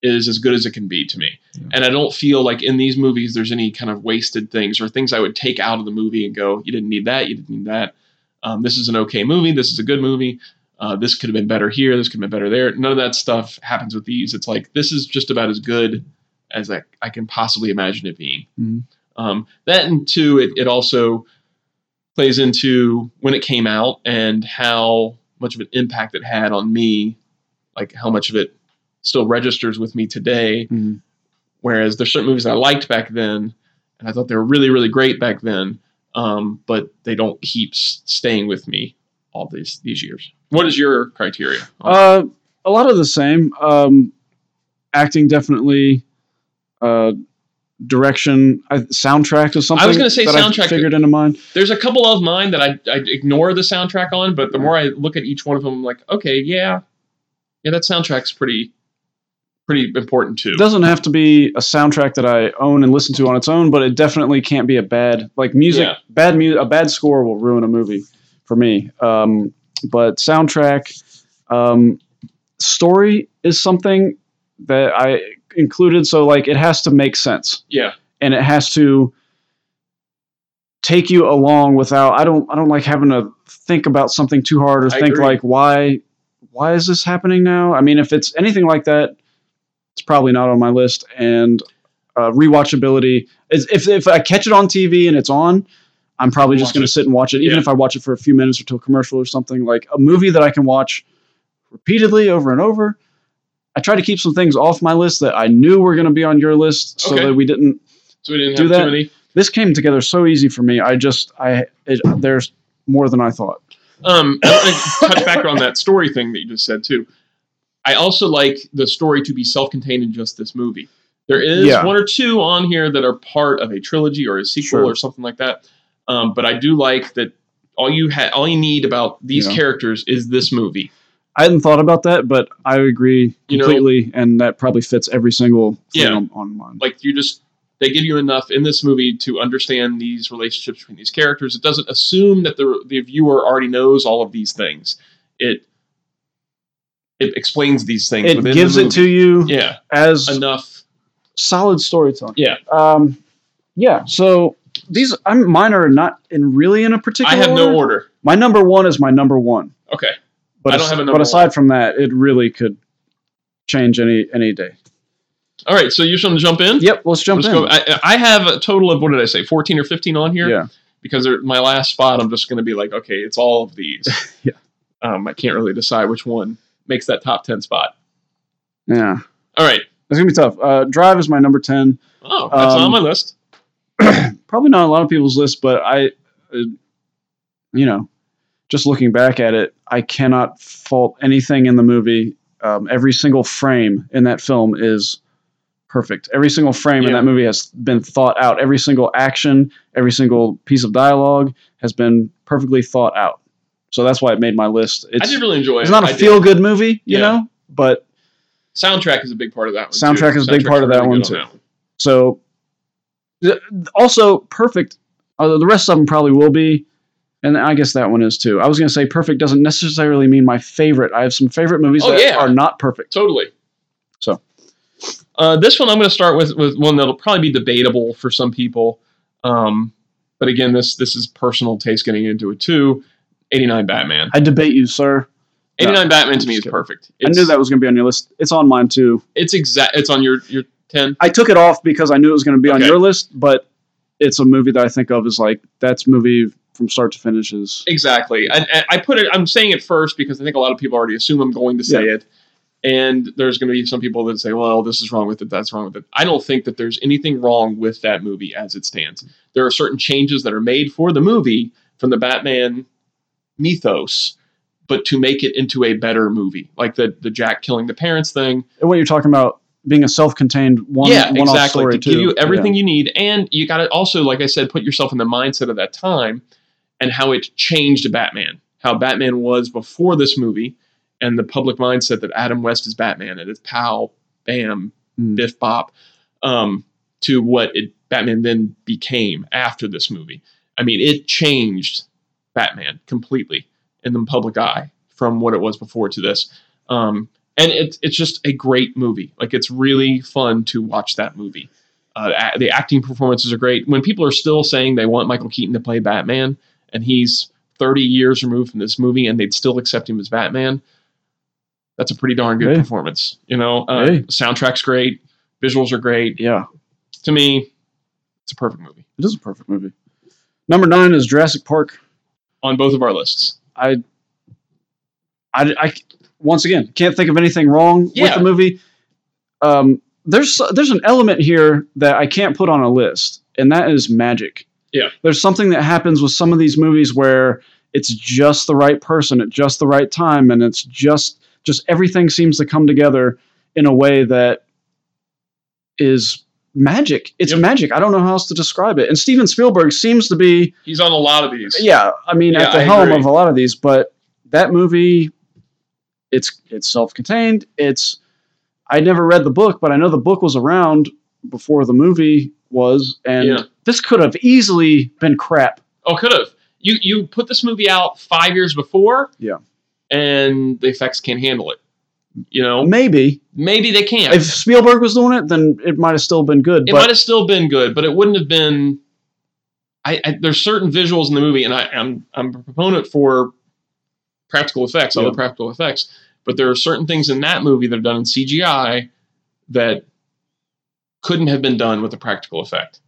Speaker 3: is as good as it can be to me,
Speaker 2: Yeah.
Speaker 3: and I don't feel like in these movies there's any kind of wasted things or things I would take out of the movie and go, you didn't need that, you didn't need that. Um, this is an okay movie. This is a good movie. Uh, this could have been better here. This could have been better there. None of that stuff happens with these. It's like this is just about as good as I, I can possibly imagine it being.
Speaker 2: Mhm.
Speaker 3: Um, that and two, it, it also plays into when it came out and how much of an impact it had on me, like how much of it still registers with me today.
Speaker 2: Mhm.
Speaker 3: Whereas there's certain movies I liked back then, and I thought they were really, really great back then, um, but they don't keep s- staying with me all these these years. What is your criteria?
Speaker 2: Uh, a lot of the same. Um, acting definitely. Uh, direction. I, soundtrack is something.
Speaker 3: gonna say
Speaker 2: that I
Speaker 3: soundtrack.
Speaker 2: figured into mind.
Speaker 3: There's a couple of mine that I, I ignore the soundtrack on, but the more I look at each one of them, I'm like, okay, yeah, yeah, that soundtrack's pretty, pretty important too.
Speaker 2: It doesn't have to be a soundtrack that I own and listen to on its own, but it definitely can't be a bad like music.
Speaker 3: Yeah.
Speaker 2: Bad music. A bad score will ruin a movie for me. Um, but soundtrack, um, story is something that I included. So like, it has to make sense.
Speaker 3: yeah,
Speaker 2: and it has to take you along without I don't I don't like having to think about something too hard or
Speaker 3: I
Speaker 2: think
Speaker 3: agree.
Speaker 2: like why why is this happening now? I mean if it's anything like that it's probably not on my list and uh, rewatchability is if if I catch it on TV and it's on I'm probably just
Speaker 3: Watch
Speaker 2: going to
Speaker 3: it.
Speaker 2: sit and watch it even
Speaker 3: Yeah.
Speaker 2: if I watch it for a few minutes or till a commercial or something like a movie that I can watch repeatedly over and over I try to keep some things off my list that I knew were going to be on your list so
Speaker 3: Okay.
Speaker 2: that we didn't
Speaker 3: so we didn't
Speaker 2: Do
Speaker 3: have
Speaker 2: that.
Speaker 3: too many.
Speaker 2: this came together so easy for me. I just I it, there's more than I thought.
Speaker 3: Um, I want to touch back on that story thing that you just said too. I also like the story to be self-contained in just this movie. There is
Speaker 2: Yeah.
Speaker 3: one or two on here that are part of a trilogy or a sequel
Speaker 2: Sure.
Speaker 3: or something like that. Um, but I do like that all you ha- all you need about these
Speaker 2: Yeah.
Speaker 3: characters is this movie.
Speaker 2: I hadn't thought about that, but I agree
Speaker 3: You know-
Speaker 2: completely, and that probably fits every single thing
Speaker 3: Yeah.
Speaker 2: on, on mine.
Speaker 3: like you just they give you enough in this movie to understand these relationships between these characters. It doesn't assume that the the viewer already knows all of these things. It it explains these things.
Speaker 2: It
Speaker 3: within
Speaker 2: gives
Speaker 3: the
Speaker 2: it
Speaker 3: movie.
Speaker 2: to you
Speaker 3: yeah
Speaker 2: as
Speaker 3: enough.
Speaker 2: solid storytelling.
Speaker 3: Yeah.
Speaker 2: Um, yeah. So these I'm mine are not in really in a
Speaker 3: I
Speaker 2: particular.
Speaker 3: have no order.
Speaker 2: My number one is my number one,
Speaker 3: Okay,
Speaker 2: but
Speaker 3: I don't
Speaker 2: as-
Speaker 3: have a number
Speaker 2: but aside from that, it really could change any any day.
Speaker 3: all right. So you should jump in.
Speaker 2: Yep. Let's jump
Speaker 3: Let's
Speaker 2: in.
Speaker 3: go. I, I have a total of what did I say? Fourteen or fifteen on here.
Speaker 2: yeah.
Speaker 3: Because they're my last spot, I'm just going to be like, okay, it's all of these.
Speaker 2: Yeah.
Speaker 3: Um, I can't really decide which one makes that top ten spot.
Speaker 2: Yeah.
Speaker 3: All right.
Speaker 2: It's gonna be tough. Uh, Drive is my number ten.
Speaker 3: Oh, that's
Speaker 2: Um,
Speaker 3: on my list.
Speaker 2: probably not a lot of people's list, but I, uh, you know, just looking back at it, I cannot fault anything in the movie. Um, every single frame in that film is perfect. Every single frame in
Speaker 3: Yeah.
Speaker 2: that movie has been thought out. Every single action, every single piece of dialogue has been perfectly thought out. So that's why it made my list.
Speaker 3: I
Speaker 2: It's,
Speaker 3: did really enjoy
Speaker 2: it's
Speaker 3: it.
Speaker 2: not
Speaker 3: I
Speaker 2: a
Speaker 3: did.
Speaker 2: feel good movie, you
Speaker 3: Yeah.
Speaker 2: know, but
Speaker 3: Soundtrack is a big part of that one. too.
Speaker 2: Soundtrack is a big
Speaker 3: Soundtrack's
Speaker 2: part of that
Speaker 3: really
Speaker 2: one,
Speaker 3: good
Speaker 2: too. So, th- also perfect. Although the rest of them probably will be, and I guess that one is too. I was gonna say perfect doesn't necessarily mean my favorite. I have some favorite movies
Speaker 3: Oh,
Speaker 2: that
Speaker 3: yeah.
Speaker 2: are not perfect.
Speaker 3: Totally.
Speaker 2: So.
Speaker 3: uh, this one I'm going to start with with one that'll probably be debatable for some people, um, but again, this this is personal taste getting into it too. 89 Batman.
Speaker 2: I debate you, sir.
Speaker 3: 89 Batman to me
Speaker 2: just
Speaker 3: is
Speaker 2: kidding.
Speaker 3: perfect.
Speaker 2: I
Speaker 3: It's,
Speaker 2: knew that was going to be on your list. It's on mine too.
Speaker 3: It's exact. It's on your your 10.
Speaker 2: I took it off because I knew it was going to be on
Speaker 3: Okay.
Speaker 2: your list, but it's a movie that I think of as like that's movie from start to finish is
Speaker 3: Exactly. I, I- I put it. I'm saying it first because I think a lot of people already assume I'm going to say it, and there's going to be some people that say, "Well, this is wrong with it. That's wrong with it." I don't think that there's anything wrong with that movie as it stands. There are certain changes that are made for the movie from the Batman mythos, but to make it into a better movie, like the the Jack killing the parents thing.
Speaker 2: what you're talking about being a self-contained one
Speaker 3: yeah,
Speaker 2: one-off
Speaker 3: exactly.
Speaker 2: story
Speaker 3: to
Speaker 2: too.
Speaker 3: give you everything you need, and you got to also, like I said, put yourself in the mindset of that time and how it changed Batman, how Batman was before this movie, and the public mindset that Adam West is Batman and it's pow, bam,
Speaker 2: Mm.
Speaker 3: biff, bop, um, to what it, Batman then became after this movie. I mean, it changed Batman completely in the public eye from what it was before to this. Um, and it's it's just a great movie. Like it's really fun to watch that movie. Uh, a- the acting performances are great. When people are still saying they want Michael Keaton to play Batman, and he's 30 years removed from this movie, and they'd still accept him as Batman, that's a pretty darn good
Speaker 2: Hey.
Speaker 3: performance. You know, uh,
Speaker 2: Hey.
Speaker 3: soundtrack's great, visuals are great.
Speaker 2: Yeah,
Speaker 3: To me, it's a perfect movie
Speaker 2: it is a perfect movie. Number nine is Jurassic Park.
Speaker 3: on both of our lists.
Speaker 2: I, I, I once again can't think of anything wrong with
Speaker 3: Yeah.
Speaker 2: the movie. Um, there's there's an element here that I can't put on a list, and that is magic.
Speaker 3: Yeah.
Speaker 2: there's something that happens with some of these movies where it's just the right person at just the right time, and it's just just everything seems to come together in a way that is magic. It's
Speaker 3: Yep.
Speaker 2: magic. I don't know how else to describe it. And Steven Spielberg seems to be
Speaker 3: He's on a lot of these.
Speaker 2: yeah, I mean,
Speaker 3: Yeah,
Speaker 2: at the
Speaker 3: I
Speaker 2: helm
Speaker 3: agree.
Speaker 2: of a lot of these, but that movie, it's it's self-contained. It's I never read the book, but I know the book was around before the movie was, and
Speaker 3: Yeah.
Speaker 2: this could have easily been crap.
Speaker 3: Oh, could have. You you put this movie out five years before.
Speaker 2: Yeah.
Speaker 3: And the effects can't handle it. You know,
Speaker 2: Maybe
Speaker 3: maybe they can't.
Speaker 2: if Spielberg was doing it, then it might have still been good.
Speaker 3: it might
Speaker 2: but
Speaker 3: have still been good, but it wouldn't have been. I, I there's certain visuals in the movie, and I, I'm I'm a proponent for practical effects, all
Speaker 2: Yeah.
Speaker 3: the practical effects. But there are certain things in that movie that are done in CGI that couldn't have been done with a practical effect.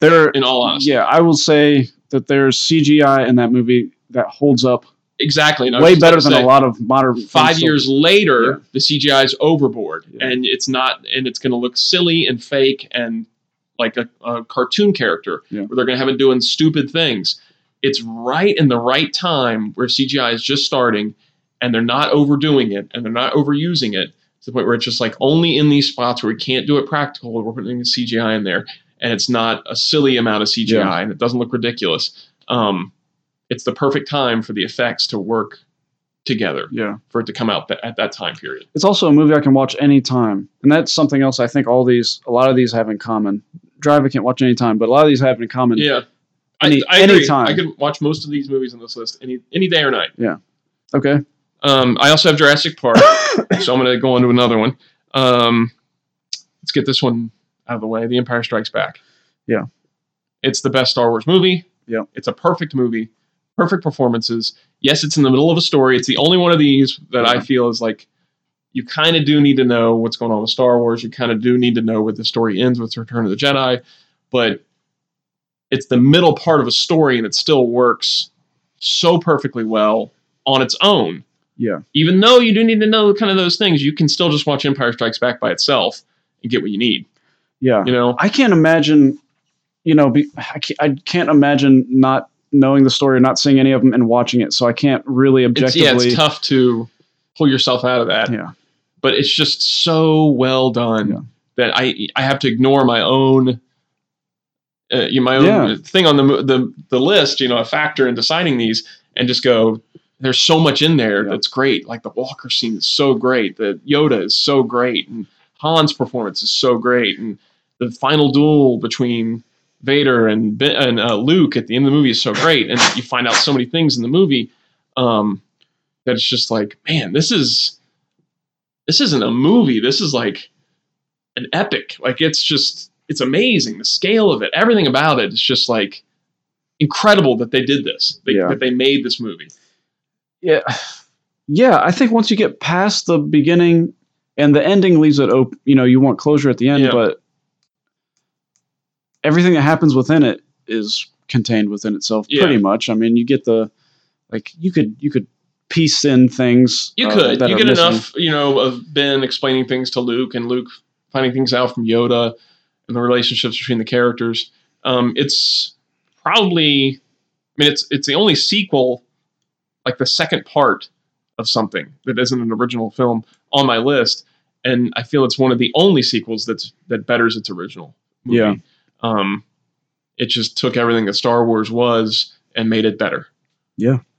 Speaker 2: there,
Speaker 3: In all honesty,
Speaker 2: yeah, I will say that there's CGI in that movie that holds up
Speaker 3: exactly. and I was
Speaker 2: way
Speaker 3: just about
Speaker 2: better
Speaker 3: to
Speaker 2: than
Speaker 3: say-
Speaker 2: a lot of modern.
Speaker 3: five
Speaker 2: films.
Speaker 3: years later,
Speaker 2: Yeah.
Speaker 3: the CGI is overboard,
Speaker 2: Yeah.
Speaker 3: and it's not, and it's going to look silly and fake and like a, a cartoon character
Speaker 2: Yeah.
Speaker 3: where they're going to have it doing stupid things. It's right in the right time where CGI is just starting, and they're not overdoing it and they're not overusing it to the point where it's just like only in these spots where we can't do it practical, we're putting the CGI in there, and it's not a silly amount of CGI and it doesn't look ridiculous. Um, it's the perfect time for the effects to work together
Speaker 2: yeah.
Speaker 3: for it to come out th- at that time period.
Speaker 2: it's also a movie I can watch anytime. And that's something else I think all these, a lot of these have in common. Drive I can't watch anytime, but a lot of these have in common.
Speaker 3: Yeah.
Speaker 2: Any-
Speaker 3: I, I agree.
Speaker 2: anytime.
Speaker 3: I could watch most of these movies on this list any any day or night.
Speaker 2: Okay.
Speaker 3: Um, I also have Jurassic Park, so I'm going to go on to another one. Um, let's get this one out of the way. The Empire Strikes Back.
Speaker 2: Yeah.
Speaker 3: It's the best Star Wars movie.
Speaker 2: Yeah.
Speaker 3: It's a perfect movie, perfect performances. Yes, it's in the middle of a story. It's the only one of these that I feel is like you kind of do need to know what's going on with Star Wars. You kind of do need to know where the story ends with Return of the Jedi, but it's the middle part of a story and it still works so perfectly well on its own
Speaker 2: Yeah.
Speaker 3: even though you do need to know kind of those things, you can still just watch Empire Strikes Back by itself and get what you need.
Speaker 2: Yeah.
Speaker 3: You know,
Speaker 2: I can't imagine, you know, be, I, can't, I can't imagine not knowing the story, not seeing any of them and watching it. So I can't really
Speaker 3: it's,
Speaker 2: objectively.
Speaker 3: yeah, it's tough to pull yourself out of that,
Speaker 2: Yeah.
Speaker 3: but it's just so well done
Speaker 2: Yeah.
Speaker 3: that I I have to ignore my own. Uh, you- my own
Speaker 2: Yeah.
Speaker 3: thing on the, mo- the the list, you know, a factor in deciding these, and just go. There's so much in there
Speaker 2: Yeah.
Speaker 3: that's great. Like the Walker scene is so great. The Yoda is so great, and Han's performance is so great, and the final duel between Vader and Ben- and uh, Luke at the end of the movie is so great, and you find out so many things in the movie um, that it's just like, man, this is this isn't a movie. This is like an epic. Like it's just it's amazing the scale of it. Everything about it is just like incredible that they did this. They,
Speaker 2: Yeah.
Speaker 3: That they made this movie.
Speaker 2: yeah. yeah, I think once you get past the beginning and the ending leaves it open, you know, you want closure at the end,
Speaker 3: Yeah.
Speaker 2: but everything that happens within it is contained within itself
Speaker 3: Yeah.
Speaker 2: pretty much. I mean, you get the like you could you could piece in things
Speaker 3: You
Speaker 2: uh,
Speaker 3: could.
Speaker 2: that
Speaker 3: you
Speaker 2: are
Speaker 3: get
Speaker 2: missing.
Speaker 3: enough, you know, of Ben explaining things to Luke and Luke finding things out from Yoda and the relationships between the characters. Um, it's probably, I mean, it's it's the only sequel, like the second part of something that isn't an original film on my list, and I feel it's one of the only sequels that's that betters its original. Movie.
Speaker 2: Yeah.
Speaker 3: Um, it just took everything that Star Wars was and made it better.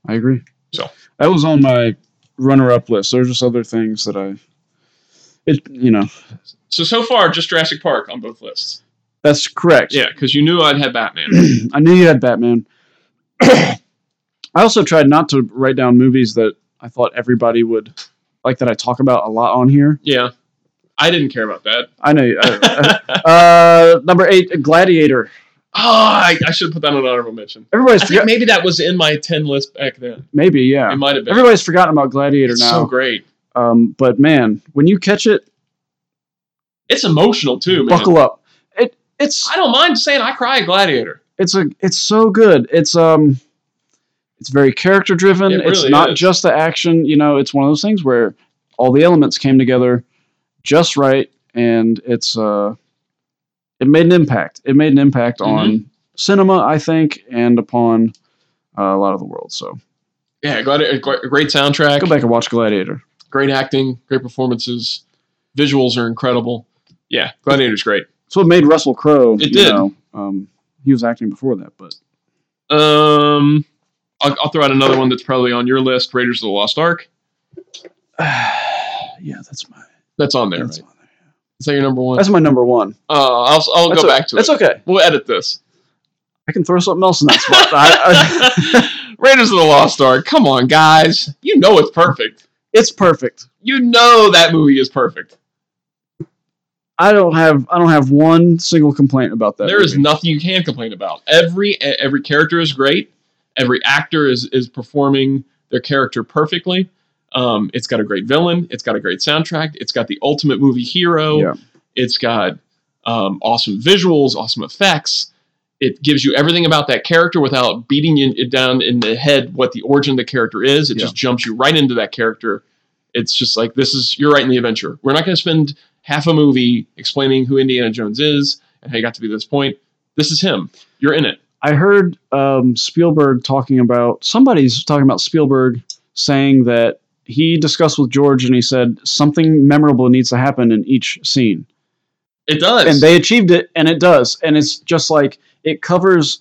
Speaker 2: I agree.
Speaker 3: So.
Speaker 2: that was on my runner-up list. There's just other things that I, it you know
Speaker 3: So so far, just Jurassic Park on both lists.
Speaker 2: that's correct.
Speaker 3: Yeah, because you knew I'd had Batman.
Speaker 2: I knew you had Batman. I also tried not to write down movies that I thought everybody would like that I talk about a lot on here.
Speaker 3: yeah, I didn't care about that.
Speaker 2: I know. you- I-
Speaker 3: oh,
Speaker 2: uh, number eight, Gladiator.
Speaker 3: Ah, I, I should have put that on honorable mention.
Speaker 2: Everybody's
Speaker 3: I think
Speaker 2: forgot-
Speaker 3: maybe that was in my ten list back then.
Speaker 2: maybe yeah.
Speaker 3: It might have been.
Speaker 2: Everybody's forgotten about Gladiator
Speaker 3: it's so
Speaker 2: now.
Speaker 3: great.
Speaker 2: um, but man, when you catch it,
Speaker 3: It's emotional too, man.
Speaker 2: buckle up. It it's
Speaker 3: I don't mind saying I cry at Gladiator.
Speaker 2: it's a it's so good. It's um it's very character driven.
Speaker 3: It
Speaker 2: it's
Speaker 3: really
Speaker 2: not
Speaker 3: is.
Speaker 2: just the action, you know, it's one of those things where all the elements came together just right and it's uh it made an impact. It made an impact
Speaker 3: Mm-hmm.
Speaker 2: on cinema, I think, and upon uh, a lot of the world. So
Speaker 3: Yeah, Gladiator. gr- Great soundtrack.
Speaker 2: go back and watch Gladiator.
Speaker 3: Great acting. Great performances. Visuals are incredible. Yeah, Gladiator's great.
Speaker 2: It's what made Russell Crowe.
Speaker 3: It
Speaker 2: you
Speaker 3: did.
Speaker 2: know, um, he was acting before that, but
Speaker 3: Um, I'll, I'll throw out another one that's probably on your list: Raiders of the Lost Ark.
Speaker 2: yeah, that's my
Speaker 3: That's on there.
Speaker 2: that's,
Speaker 3: right? Is that your number one?
Speaker 2: that's my number one.
Speaker 3: Uh, I'll, I'll
Speaker 2: That's
Speaker 3: go
Speaker 2: o-
Speaker 3: back to it.
Speaker 2: That's okay.
Speaker 3: We'll edit this.
Speaker 2: I can throw something else in that spot. I, I,
Speaker 3: Raiders of the Lost Ark. Come on, guys. You know it's perfect.
Speaker 2: it's perfect.
Speaker 3: You know that movie is perfect.
Speaker 2: I don't have I don't have one single complaint about that.
Speaker 3: there is
Speaker 2: movie.
Speaker 3: nothing you can complain about. Every e- every character is great. Every actor is is performing their character perfectly. Um, it's got a great villain. It's got a great soundtrack. It's got the ultimate movie hero.
Speaker 2: Yeah.
Speaker 3: It's got um, awesome visuals, awesome effects. It gives you everything about that character without beating you- it down in the head what the origin of the character is. It
Speaker 2: Yeah.
Speaker 3: just jumps you right into that character. It's just like this is you're right in the adventure. We're not going to spend half a movie explaining who Indiana Jones is and how he got to be this point. This is him. You're in it.
Speaker 2: I heard um, Spielberg talking about somebody's talking about Spielberg saying that he discussed with George and he said something memorable needs to happen in each scene,
Speaker 3: It does.
Speaker 2: and they achieved it, and it does, and it's just like it covers.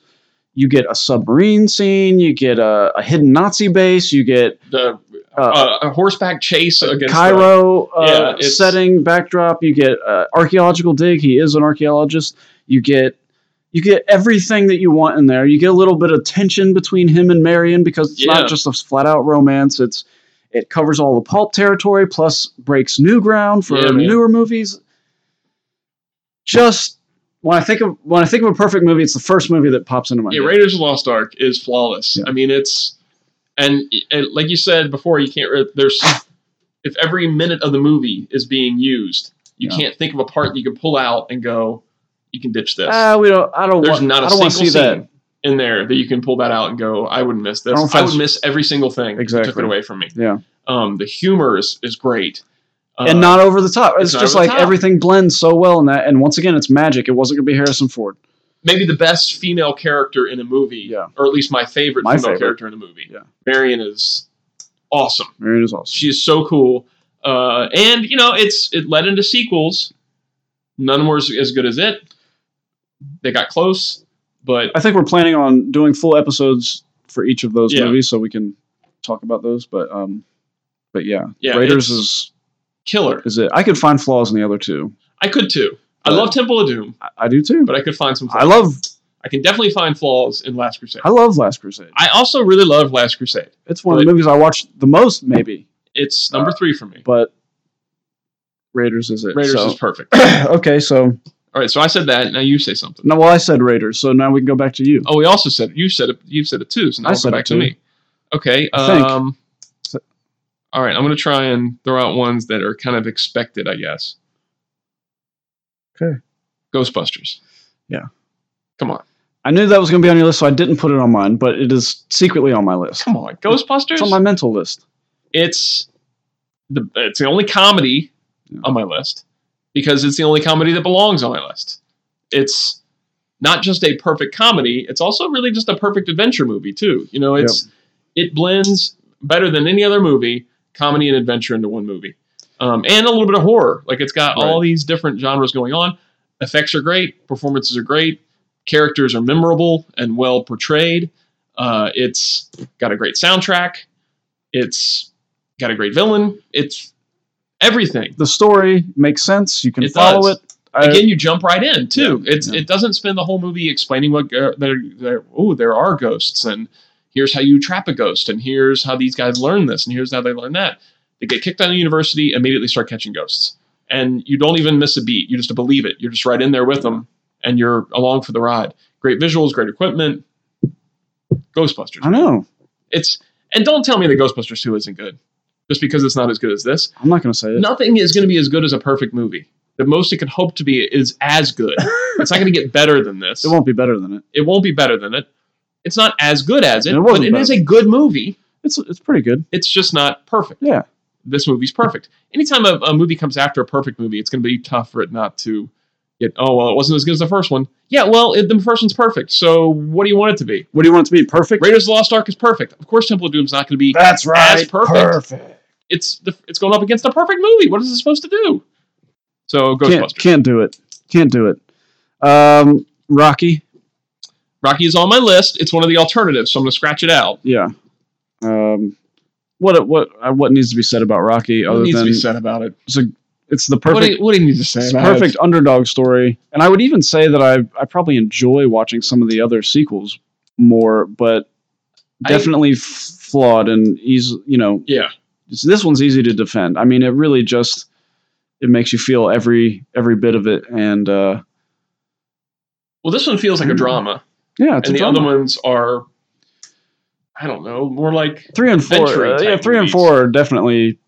Speaker 2: You get a submarine scene, you get a, a hidden Nazi base, you get
Speaker 3: the
Speaker 2: uh,
Speaker 3: uh, a horseback chase against the-
Speaker 2: Cairo
Speaker 3: Yeah,
Speaker 2: uh,
Speaker 3: it's-
Speaker 2: setting backdrop. You get uh, archaeological dig. He is an archaeologist. You get you get everything that you want in there. You get a little bit of tension between him and Marion because it's
Speaker 3: Yeah.
Speaker 2: not just a flat out romance. It's it covers all the pulp territory plus breaks new ground for
Speaker 3: Yeah, man.
Speaker 2: newer movies. Just when I think of when I think of a perfect movie, it's the first movie that pops into my
Speaker 3: Yeah,
Speaker 2: head.
Speaker 3: Raiders of the Lost Ark is flawless.
Speaker 2: Yeah.
Speaker 3: I mean, it's and, and like you said before, you can't. re- There's if every minute of the movie is being used, you
Speaker 2: Yeah.
Speaker 3: can't think of a part that you can pull out and go, you can ditch this.
Speaker 2: Ah, we don't. I don't.
Speaker 3: There's
Speaker 2: Want,
Speaker 3: not a
Speaker 2: I don't want to
Speaker 3: single
Speaker 2: see
Speaker 3: scene
Speaker 2: that.
Speaker 3: in there that you can pull that out and go, I wouldn't miss
Speaker 2: I
Speaker 3: this.
Speaker 2: don't
Speaker 3: I,
Speaker 2: find-
Speaker 3: would miss every single thing. that took
Speaker 2: Exactly.
Speaker 3: it away from me.
Speaker 2: Yeah,
Speaker 3: Um, the humor is, is great. Uh,
Speaker 2: and not over the top.
Speaker 3: it's
Speaker 2: It's,
Speaker 3: not
Speaker 2: just
Speaker 3: over the
Speaker 2: like
Speaker 3: top.
Speaker 2: everything blends so well in that. And once again, it's magic. It wasn't going to be Harrison Ford.
Speaker 3: maybe the best female character in a movie,
Speaker 2: Yeah.
Speaker 3: or at least my favorite
Speaker 2: My
Speaker 3: female
Speaker 2: favorite.
Speaker 3: character in a movie.
Speaker 2: Yeah.
Speaker 3: Marion is awesome.
Speaker 2: Marion is awesome.
Speaker 3: She is so cool. Uh, and you know, it's it led into sequels. None were as, as good as it. They got close, but
Speaker 2: I think we're planning on doing full episodes for each of those
Speaker 3: Yeah.
Speaker 2: movies, so we can talk about those. But um, but yeah,
Speaker 3: yeah,
Speaker 2: Raiders
Speaker 3: it's
Speaker 2: is
Speaker 3: killer.
Speaker 2: is it. I could find flaws in the other two.
Speaker 3: I could too. I
Speaker 2: But-
Speaker 3: love Temple of Doom,
Speaker 2: I, I do too.
Speaker 3: but I could find some. Flaws.
Speaker 2: I love
Speaker 3: I can definitely find flaws in Last Crusade.
Speaker 2: I love Last Crusade.
Speaker 3: I also really love Last Crusade.
Speaker 2: It's one of
Speaker 3: but-
Speaker 2: the movies I watched the most, maybe.
Speaker 3: It's number three for me.
Speaker 2: But Raiders is it.
Speaker 3: Raiders
Speaker 2: Uh, so.
Speaker 3: is perfect.
Speaker 2: okay, so
Speaker 3: All right, so I said that. Now you say something.
Speaker 2: no, well, I said Raiders, so now we can go back to you.
Speaker 3: Oh, we also said you said it. You said it too. So now
Speaker 2: I
Speaker 3: it's
Speaker 2: said it
Speaker 3: back to
Speaker 2: too.
Speaker 3: me. Okay.
Speaker 2: I think.
Speaker 3: Um,
Speaker 2: So-
Speaker 3: All right, I'm going to try and throw out ones that are kind of expected, I guess.
Speaker 2: Okay.
Speaker 3: Ghostbusters.
Speaker 2: Yeah.
Speaker 3: Come on.
Speaker 2: I knew that was going to be on your list, so I didn't put it on mine, but it is secretly on my list.
Speaker 3: Come on. Ghostbusters?
Speaker 2: It's on my mental list.
Speaker 3: it's the it's the only comedy
Speaker 2: Yeah.
Speaker 3: on my list because it's the only comedy that belongs on my list. It's not just a perfect comedy; it's also really just a perfect adventure movie too. You know, it's it blends better than any other movie, comedy and adventure into one movie, um, and a little bit of horror. Like it's got all these different genres going on. Effects are great, performances are great, characters are memorable and well portrayed. Uh, it's got a great soundtrack. It's got a great villain. It's everything.
Speaker 2: The story makes sense. You can
Speaker 3: It
Speaker 2: follow
Speaker 3: does.
Speaker 2: it. I-
Speaker 3: Again, you jump right in too.
Speaker 2: Yeah,
Speaker 3: it's
Speaker 2: yeah.
Speaker 3: it doesn't spend the whole movie explaining what uh, there there oh there are ghosts and here's how you trap a ghost and here's how these guys learn this and here's how they learn that. They get kicked out of university, immediately start catching ghosts, and you don't even miss a beat. You just believe it. You're just right in there with them, and you're along for the ride. Great visuals, great equipment. Ghostbusters.
Speaker 2: I know.
Speaker 3: It's and don't tell me that Ghostbusters 2 isn't good. Just because it's not as good as this.
Speaker 2: I'm not going to say it.
Speaker 3: Nothing is going to be as good as a perfect movie. The most it could hope to be is as good. it's not going to get better than this.
Speaker 2: It won't be better than it.
Speaker 3: It won't be better than it. It's not as good as it,
Speaker 2: It
Speaker 3: but
Speaker 2: wasn't
Speaker 3: it
Speaker 2: better.
Speaker 3: is a good movie.
Speaker 2: It's it's pretty good.
Speaker 3: It's just not perfect.
Speaker 2: Yeah.
Speaker 3: This movie's perfect. Anytime a, a movie comes after a perfect movie, it's going to be tough for it not to get, oh, well, it wasn't as good as the first one. Yeah, well, it, the first one's perfect. So what do you want it to be?
Speaker 2: What do you want it to be? Perfect.
Speaker 3: Raiders of the Lost Ark is perfect. Of course, Temple of Doom's not going to be
Speaker 2: That's right.
Speaker 3: That's perfect. it's the, it's going up against the perfect movie. What is it supposed to do? So
Speaker 2: Can't,
Speaker 3: Ghostbusters.
Speaker 2: can't do it. Can't do it. Um, Rocky.
Speaker 3: Rocky is on my list. It's one of the alternatives, so I'm going to scratch it out.
Speaker 2: Yeah. Um, what what uh, what needs to be said about Rocky other
Speaker 3: what needs
Speaker 2: than
Speaker 3: to be said about it?
Speaker 2: it's, a, it's the
Speaker 3: What, do
Speaker 2: perfect
Speaker 3: you, what do you need to say
Speaker 2: it's
Speaker 3: about
Speaker 2: perfect
Speaker 3: it?
Speaker 2: underdog story. And I would even say that I I probably enjoy watching some of the other sequels more, but
Speaker 3: I-
Speaker 2: definitely f- flawed and easy. You know,
Speaker 3: Yeah.
Speaker 2: it's- this one's easy to defend. I mean, it really just it makes you feel every every bit of it, and uh,
Speaker 3: Well, this one feels like a
Speaker 2: Mm.
Speaker 3: drama,
Speaker 2: yeah, it's
Speaker 3: and
Speaker 2: a
Speaker 3: the
Speaker 2: drama.
Speaker 3: other ones are, I don't know, more like
Speaker 2: three and four,
Speaker 3: adventuring
Speaker 2: uh,
Speaker 3: type
Speaker 2: yeah, three and
Speaker 3: movies.
Speaker 2: four are definitely.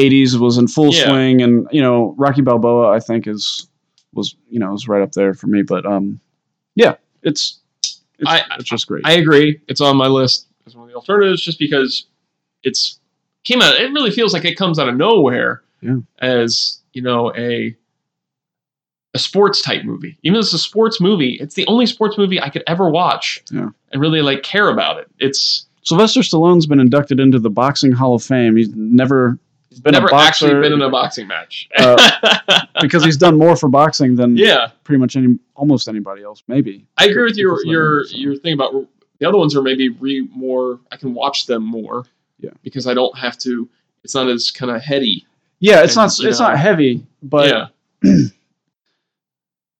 Speaker 2: 80s was in full
Speaker 3: Yeah.
Speaker 2: swing, and you know Rocky Balboa, I think is was you know is right up there for me. But um, yeah, it's it's,
Speaker 3: I-
Speaker 2: it's just great.
Speaker 3: I agree. It's on my list as one of the alternatives, just because it's came out. It really feels like it comes out of nowhere
Speaker 2: Yeah.
Speaker 3: as you know a a sports type movie. Even though it's a sports movie, it's the only sports movie I could ever watch
Speaker 2: Yeah.
Speaker 3: and really like care about it. It's
Speaker 2: Sylvester Stallone's been inducted into the Boxing Hall of Fame. He's never
Speaker 3: he's
Speaker 2: been a
Speaker 3: never
Speaker 2: boxer. uh,
Speaker 3: actually been in a boxing match.
Speaker 2: because he's done more for boxing than
Speaker 3: yeah,
Speaker 2: pretty much any almost anybody else. Maybe
Speaker 3: I agree with your
Speaker 2: Because-
Speaker 3: your your thing about the other ones are maybe re more. I can watch them more.
Speaker 2: Yeah.
Speaker 3: because I don't have to. It's not as kind of heady.
Speaker 2: yeah, it's
Speaker 3: And,
Speaker 2: not
Speaker 3: you
Speaker 2: it's
Speaker 3: know.
Speaker 2: not heavy, but
Speaker 3: yeah,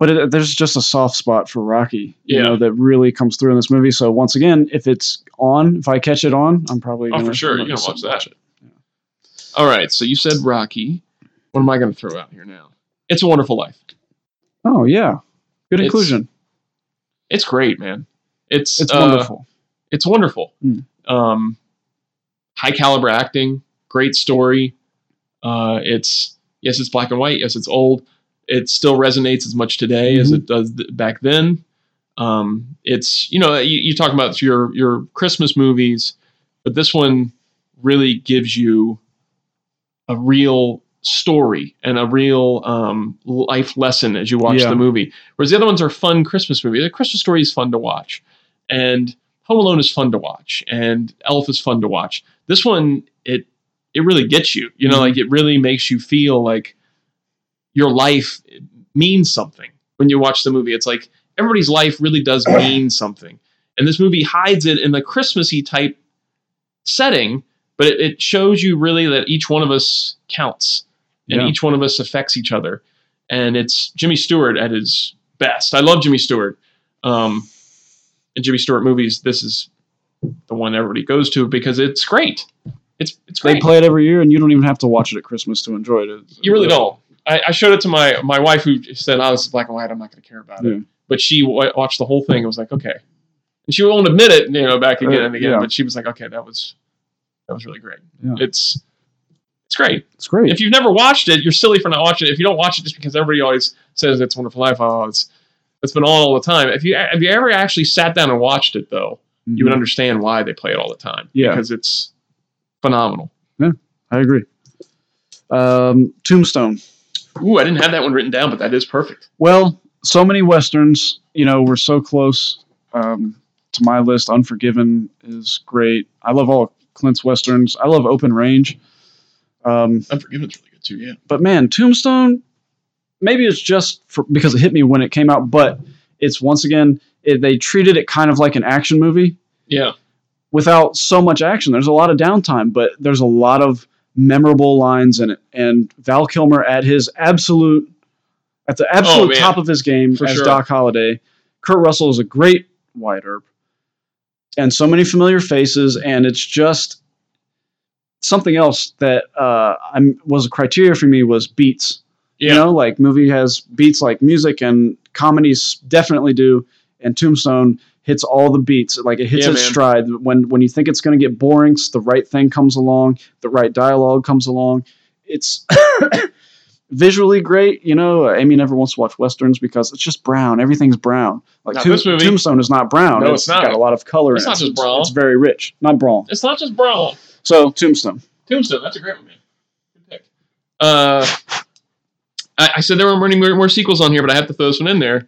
Speaker 2: but it, there's just a soft spot for Rocky, you
Speaker 3: Yeah.
Speaker 2: know, that really comes through in this movie. So once again, if it's on, if I catch it on, I'm probably
Speaker 3: Oh,
Speaker 2: gonna,
Speaker 3: for sure.
Speaker 2: I'm gonna
Speaker 3: You're gonna watch
Speaker 2: sit and
Speaker 3: that. All right. So you said Rocky. What am I going to throw out here now? It's a Wonderful Life.
Speaker 2: Oh yeah, good
Speaker 3: It's-
Speaker 2: inclusion.
Speaker 3: It's great, man. It's
Speaker 2: It's
Speaker 3: uh,
Speaker 2: wonderful.
Speaker 3: It's wonderful.
Speaker 2: Mm.
Speaker 3: Um, high caliber acting, great story. Uh, it's yes, it's black and white. Yes, it's old. It still resonates as much today as
Speaker 2: Mhm.
Speaker 3: it does th- back then. Um, it's you know you, you talk about your your Christmas movies, but this one really gives you a real story and a real um, life lesson as you watch
Speaker 2: Yeah.
Speaker 3: the movie. Whereas the other ones are fun Christmas movies. The Christmas story is fun to watch, and Home Alone is fun to watch, and Elf is fun to watch. This one, it it really gets you. You know,
Speaker 2: Mhm.
Speaker 3: like it really makes you feel like your life means something when you watch the movie. It's like everybody's life really does mean something, and this movie hides it in the Christmassy type setting, but it, it shows you really that each one of us counts and
Speaker 2: Yeah.
Speaker 3: each one of us affects each other. And it's Jimmy Stewart at his best. I love Jimmy Stewart. Um, in Jimmy Stewart movies, this is the one everybody goes to because it's great. It's it's
Speaker 2: They
Speaker 3: great.
Speaker 2: play it every year, and you don't even have to watch it at Christmas to enjoy it. It's-
Speaker 3: you really don't. I, I showed it to my my wife who said, "Oh, this is black and white. I'm not going to care about it."
Speaker 2: Yeah.
Speaker 3: But she w- watched the whole thing and was like, "Okay." And she won't admit it, you know, back again
Speaker 2: Uh,
Speaker 3: and again.
Speaker 2: yeah.
Speaker 3: But she was like, "Okay, that was that was really great."
Speaker 2: Yeah.
Speaker 3: It's It's great.
Speaker 2: It's great.
Speaker 3: If you've never watched it, you're silly for not watching it. If you don't watch it just because everybody always says it's Wonderful Life, oh, it's it's been on all the time. If you have you ever actually sat down and watched it though, you would
Speaker 2: Mhm.
Speaker 3: understand why they play it all the time.
Speaker 2: Yeah.
Speaker 3: because it's phenomenal.
Speaker 2: I agree. Um, Tombstone.
Speaker 3: Ooh, I didn't have that one written down, but that is perfect.
Speaker 2: Well, so many westerns. You know, we're so close um, to my list. Unforgiven is great. I love all Clint's westerns. I love Open Range. Um,
Speaker 3: Unforgiven's really good too. Yeah,
Speaker 2: but man, Tombstone. Maybe it's just for, because it hit me when it came out, but it's once again it, they treated it kind of like an action movie.
Speaker 3: yeah.
Speaker 2: without so much action. There's a lot of downtime, but there's a lot of memorable lines in it. And Val Kilmer at his absolute at the absolute
Speaker 3: Oh, man.
Speaker 2: top of his game
Speaker 3: For
Speaker 2: as
Speaker 3: sure.
Speaker 2: Doc Holliday. Kurt Russell is a great wide herb. And so many familiar faces, and it's just something else that uh, I'm, was a criteria for me was beats.
Speaker 3: Yeah.
Speaker 2: You know, like movie has beats like music and comedies definitely do. And Tombstone hits all the beats. Like it hits
Speaker 3: Yeah,
Speaker 2: its
Speaker 3: man.
Speaker 2: stride. When when you think it's going to get boring, s- the right thing comes along. The right dialogue comes along. It's visually great. You know, Amy never wants to watch westerns because it's just brown. Everything's brown. Like
Speaker 3: Not
Speaker 2: Tomb-
Speaker 3: this movie.
Speaker 2: Tombstone is not brown.
Speaker 3: No, it's not.
Speaker 2: got a lot of color
Speaker 3: It's
Speaker 2: in it.
Speaker 3: not
Speaker 2: so
Speaker 3: just brown.
Speaker 2: It's, very rich. Not brown.
Speaker 3: It's not just Brawl.
Speaker 2: So Tombstone.
Speaker 3: Tombstone. That's a great one, man. Good pick. Uh, I, I said there were many more, more sequels on here, but I have to throw this one in there.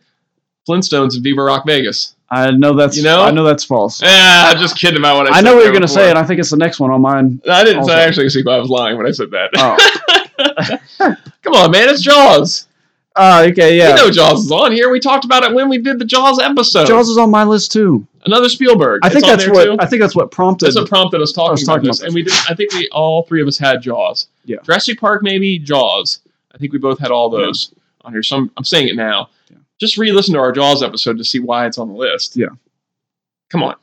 Speaker 3: Flintstones and Viva Rock Vegas.
Speaker 2: I know that's
Speaker 3: You know?
Speaker 2: I know that's false.
Speaker 3: Ah, I'm just kidding about what I said.
Speaker 2: I know what you're
Speaker 3: there
Speaker 2: gonna say, and
Speaker 3: before.
Speaker 2: I think it's the next one on mine.
Speaker 3: I didn't
Speaker 2: also.
Speaker 3: say actually a sequel. I was lying when I said that.
Speaker 2: Oh.
Speaker 3: Come on, man. It's Jaws.
Speaker 2: Oh, okay,
Speaker 3: You
Speaker 2: Oh. yeah.
Speaker 3: know Jaws is on here. We talked about it when we did the Jaws episode.
Speaker 2: Jaws is on my list too.
Speaker 3: Another Spielberg.
Speaker 2: I
Speaker 3: It's
Speaker 2: think
Speaker 3: on
Speaker 2: that's
Speaker 3: there
Speaker 2: what
Speaker 3: too.
Speaker 2: I think that's what prompted.
Speaker 3: That's what prompted us
Speaker 2: I
Speaker 3: talking,
Speaker 2: was
Speaker 3: about
Speaker 2: talking
Speaker 3: this,
Speaker 2: about
Speaker 3: and we did. I think we all three of us had Jaws.
Speaker 2: Yeah.
Speaker 3: Jurassic Park, maybe Jaws. I think we both had all those on here. So I'm, I'm saying it now.
Speaker 2: Yeah.
Speaker 3: Just re-listen to our Jaws episode to see why it's on the list.
Speaker 2: Yeah.
Speaker 3: Come on,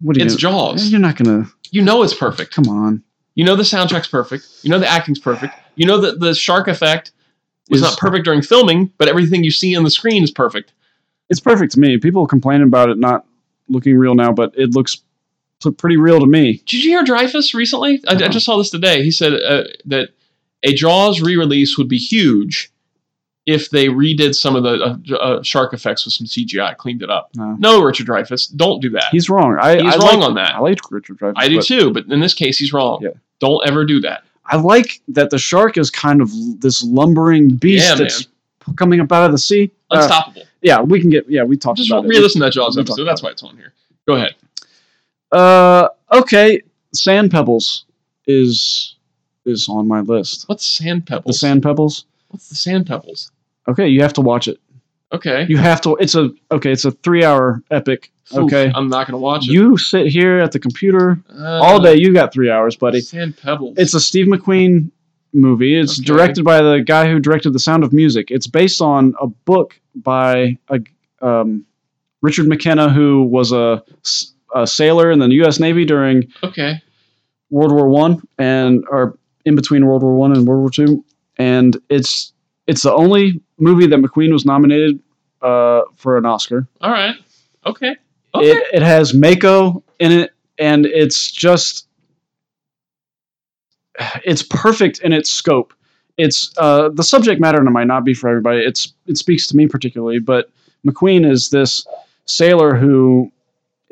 Speaker 2: what are you
Speaker 3: it's
Speaker 2: doing?
Speaker 3: Jaws.
Speaker 2: You're not gonna
Speaker 3: You know it's perfect.
Speaker 2: come on.
Speaker 3: You know the soundtrack's perfect. You know the acting's perfect. You know that the shark effect was
Speaker 2: Is-
Speaker 3: not perfect during filming, but everything you see on the screen is perfect.
Speaker 2: It's perfect to me. People complain about it not looking real now, but it looks p- pretty real to me.
Speaker 3: Did you hear Dreyfus recently? I, I
Speaker 2: Uh-uh.
Speaker 3: just saw this today. He said uh, that a Jaws re-release would be huge if they redid some of the uh, j- uh, shark effects with some CGI, cleaned it up.
Speaker 2: No.
Speaker 3: No, Richard Dreyfus, don't do that.
Speaker 2: He's wrong. I,
Speaker 3: He's
Speaker 2: I
Speaker 3: wrong
Speaker 2: like-
Speaker 3: on that.
Speaker 2: I like Richard Dreyfuss.
Speaker 3: I do
Speaker 2: but
Speaker 3: too, but in this case, he's wrong.
Speaker 2: Yeah.
Speaker 3: Don't ever do that.
Speaker 2: I like that the shark is kind of l- this lumbering beast
Speaker 3: Yeah,
Speaker 2: that's p- coming up out of the sea. Uh,
Speaker 3: Unstoppable.
Speaker 2: yeah, we can get. Yeah, we talked
Speaker 3: just
Speaker 2: about it.
Speaker 3: re-listen to that Jaws
Speaker 2: we
Speaker 3: episode.
Speaker 2: talked
Speaker 3: That's
Speaker 2: about
Speaker 3: why it's on here. Go ahead.
Speaker 2: Uh, okay. Sand Pebbles is is on my list.
Speaker 3: What's sand
Speaker 2: The
Speaker 3: pebbles?
Speaker 2: Sand Pebbles.
Speaker 3: What's the sand pebbles?
Speaker 2: Okay, you have to watch it.
Speaker 3: Okay.
Speaker 2: You have to. It's a okay. It's a three-hour epic.
Speaker 3: Oof,
Speaker 2: Okay,
Speaker 3: I'm not gonna watch it.
Speaker 2: you sit here at the computer
Speaker 3: Uh,
Speaker 2: all day. You got three hours, buddy.
Speaker 3: Sand pebbles.
Speaker 2: It's a Steve McQueen movie. It's
Speaker 3: Okay.
Speaker 2: directed by the guy who directed The Sound of Music. It's based on a book by a, um, Richard McKenna, who was a, s- a sailor in the U.S. Navy during
Speaker 3: okay.
Speaker 2: World War One and or in between World War One and World War Two, and it's it's the only movie that McQueen was nominated uh, for an Oscar.
Speaker 3: All right. Okay. Okay.
Speaker 2: It, it has Mako in it, and it's just it's perfect in its scope. It's uh, the subject matter might not be for everybody. It's it speaks to me particularly, but McQueen is this sailor who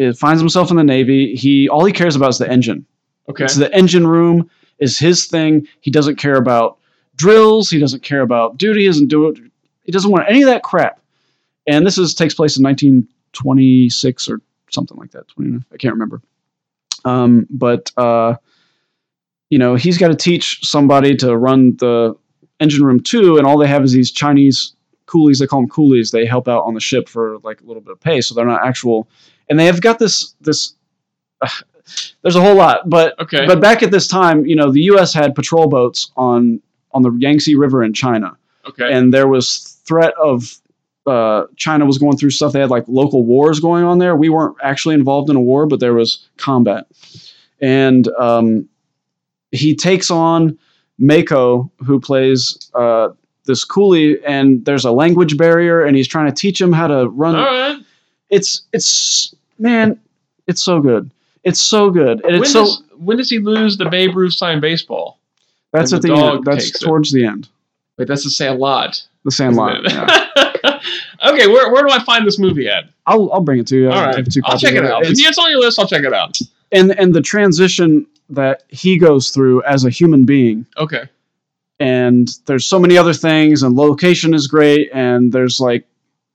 Speaker 2: uh, finds himself in the Navy. He all he cares about is the engine.
Speaker 3: okay.
Speaker 2: It's the engine room is his thing. He doesn't care about drills. He doesn't care about duty. He doesn't do it. He doesn't want any of that crap. And this is takes place in 1926 or something like that. 29, I can't remember. Um, but uh, you know, he's got to teach somebody to run the engine room too, and all they have is these Chinese coolies. They call them coolies. They help out on the ship for like a little bit of pay, so they're not actual. And they have got this this. there's a whole lot, but
Speaker 3: Okay.
Speaker 2: but back at this time, you know, the U.S. had patrol boats on on the Yangtze River in China,
Speaker 3: okay.
Speaker 2: and there was threat of uh, China was going through stuff. They had like local wars going on there. We weren't actually involved in a war, but there was combat, and um, he takes on Mako, who plays uh, this coolie, and there's a language barrier, and he's trying to teach him how to
Speaker 3: All
Speaker 2: run
Speaker 3: right.
Speaker 2: it's it's man, it's so good. It's so good. And
Speaker 3: When
Speaker 2: it's so
Speaker 3: does when does he lose the Babe Ruth signed baseball?
Speaker 2: That's
Speaker 3: And
Speaker 2: at
Speaker 3: the
Speaker 2: the,
Speaker 3: dog
Speaker 2: end. That's
Speaker 3: takes it.
Speaker 2: towards the end.
Speaker 3: Wait, that's to say a lot.
Speaker 2: The
Speaker 3: isn't
Speaker 2: Sandlot.
Speaker 3: it?
Speaker 2: yeah.
Speaker 3: okay, where, where do I find this movie at?
Speaker 2: I'll I'll bring it to you.
Speaker 3: All
Speaker 2: have
Speaker 3: right,
Speaker 2: two
Speaker 3: I'll
Speaker 2: copies
Speaker 3: check
Speaker 2: of
Speaker 3: it out. If
Speaker 2: It's-
Speaker 3: it's on your list, I'll check it out.
Speaker 2: and and the transition that he goes through as a human being
Speaker 3: Okay.
Speaker 2: and there's so many other things and location is great and there's like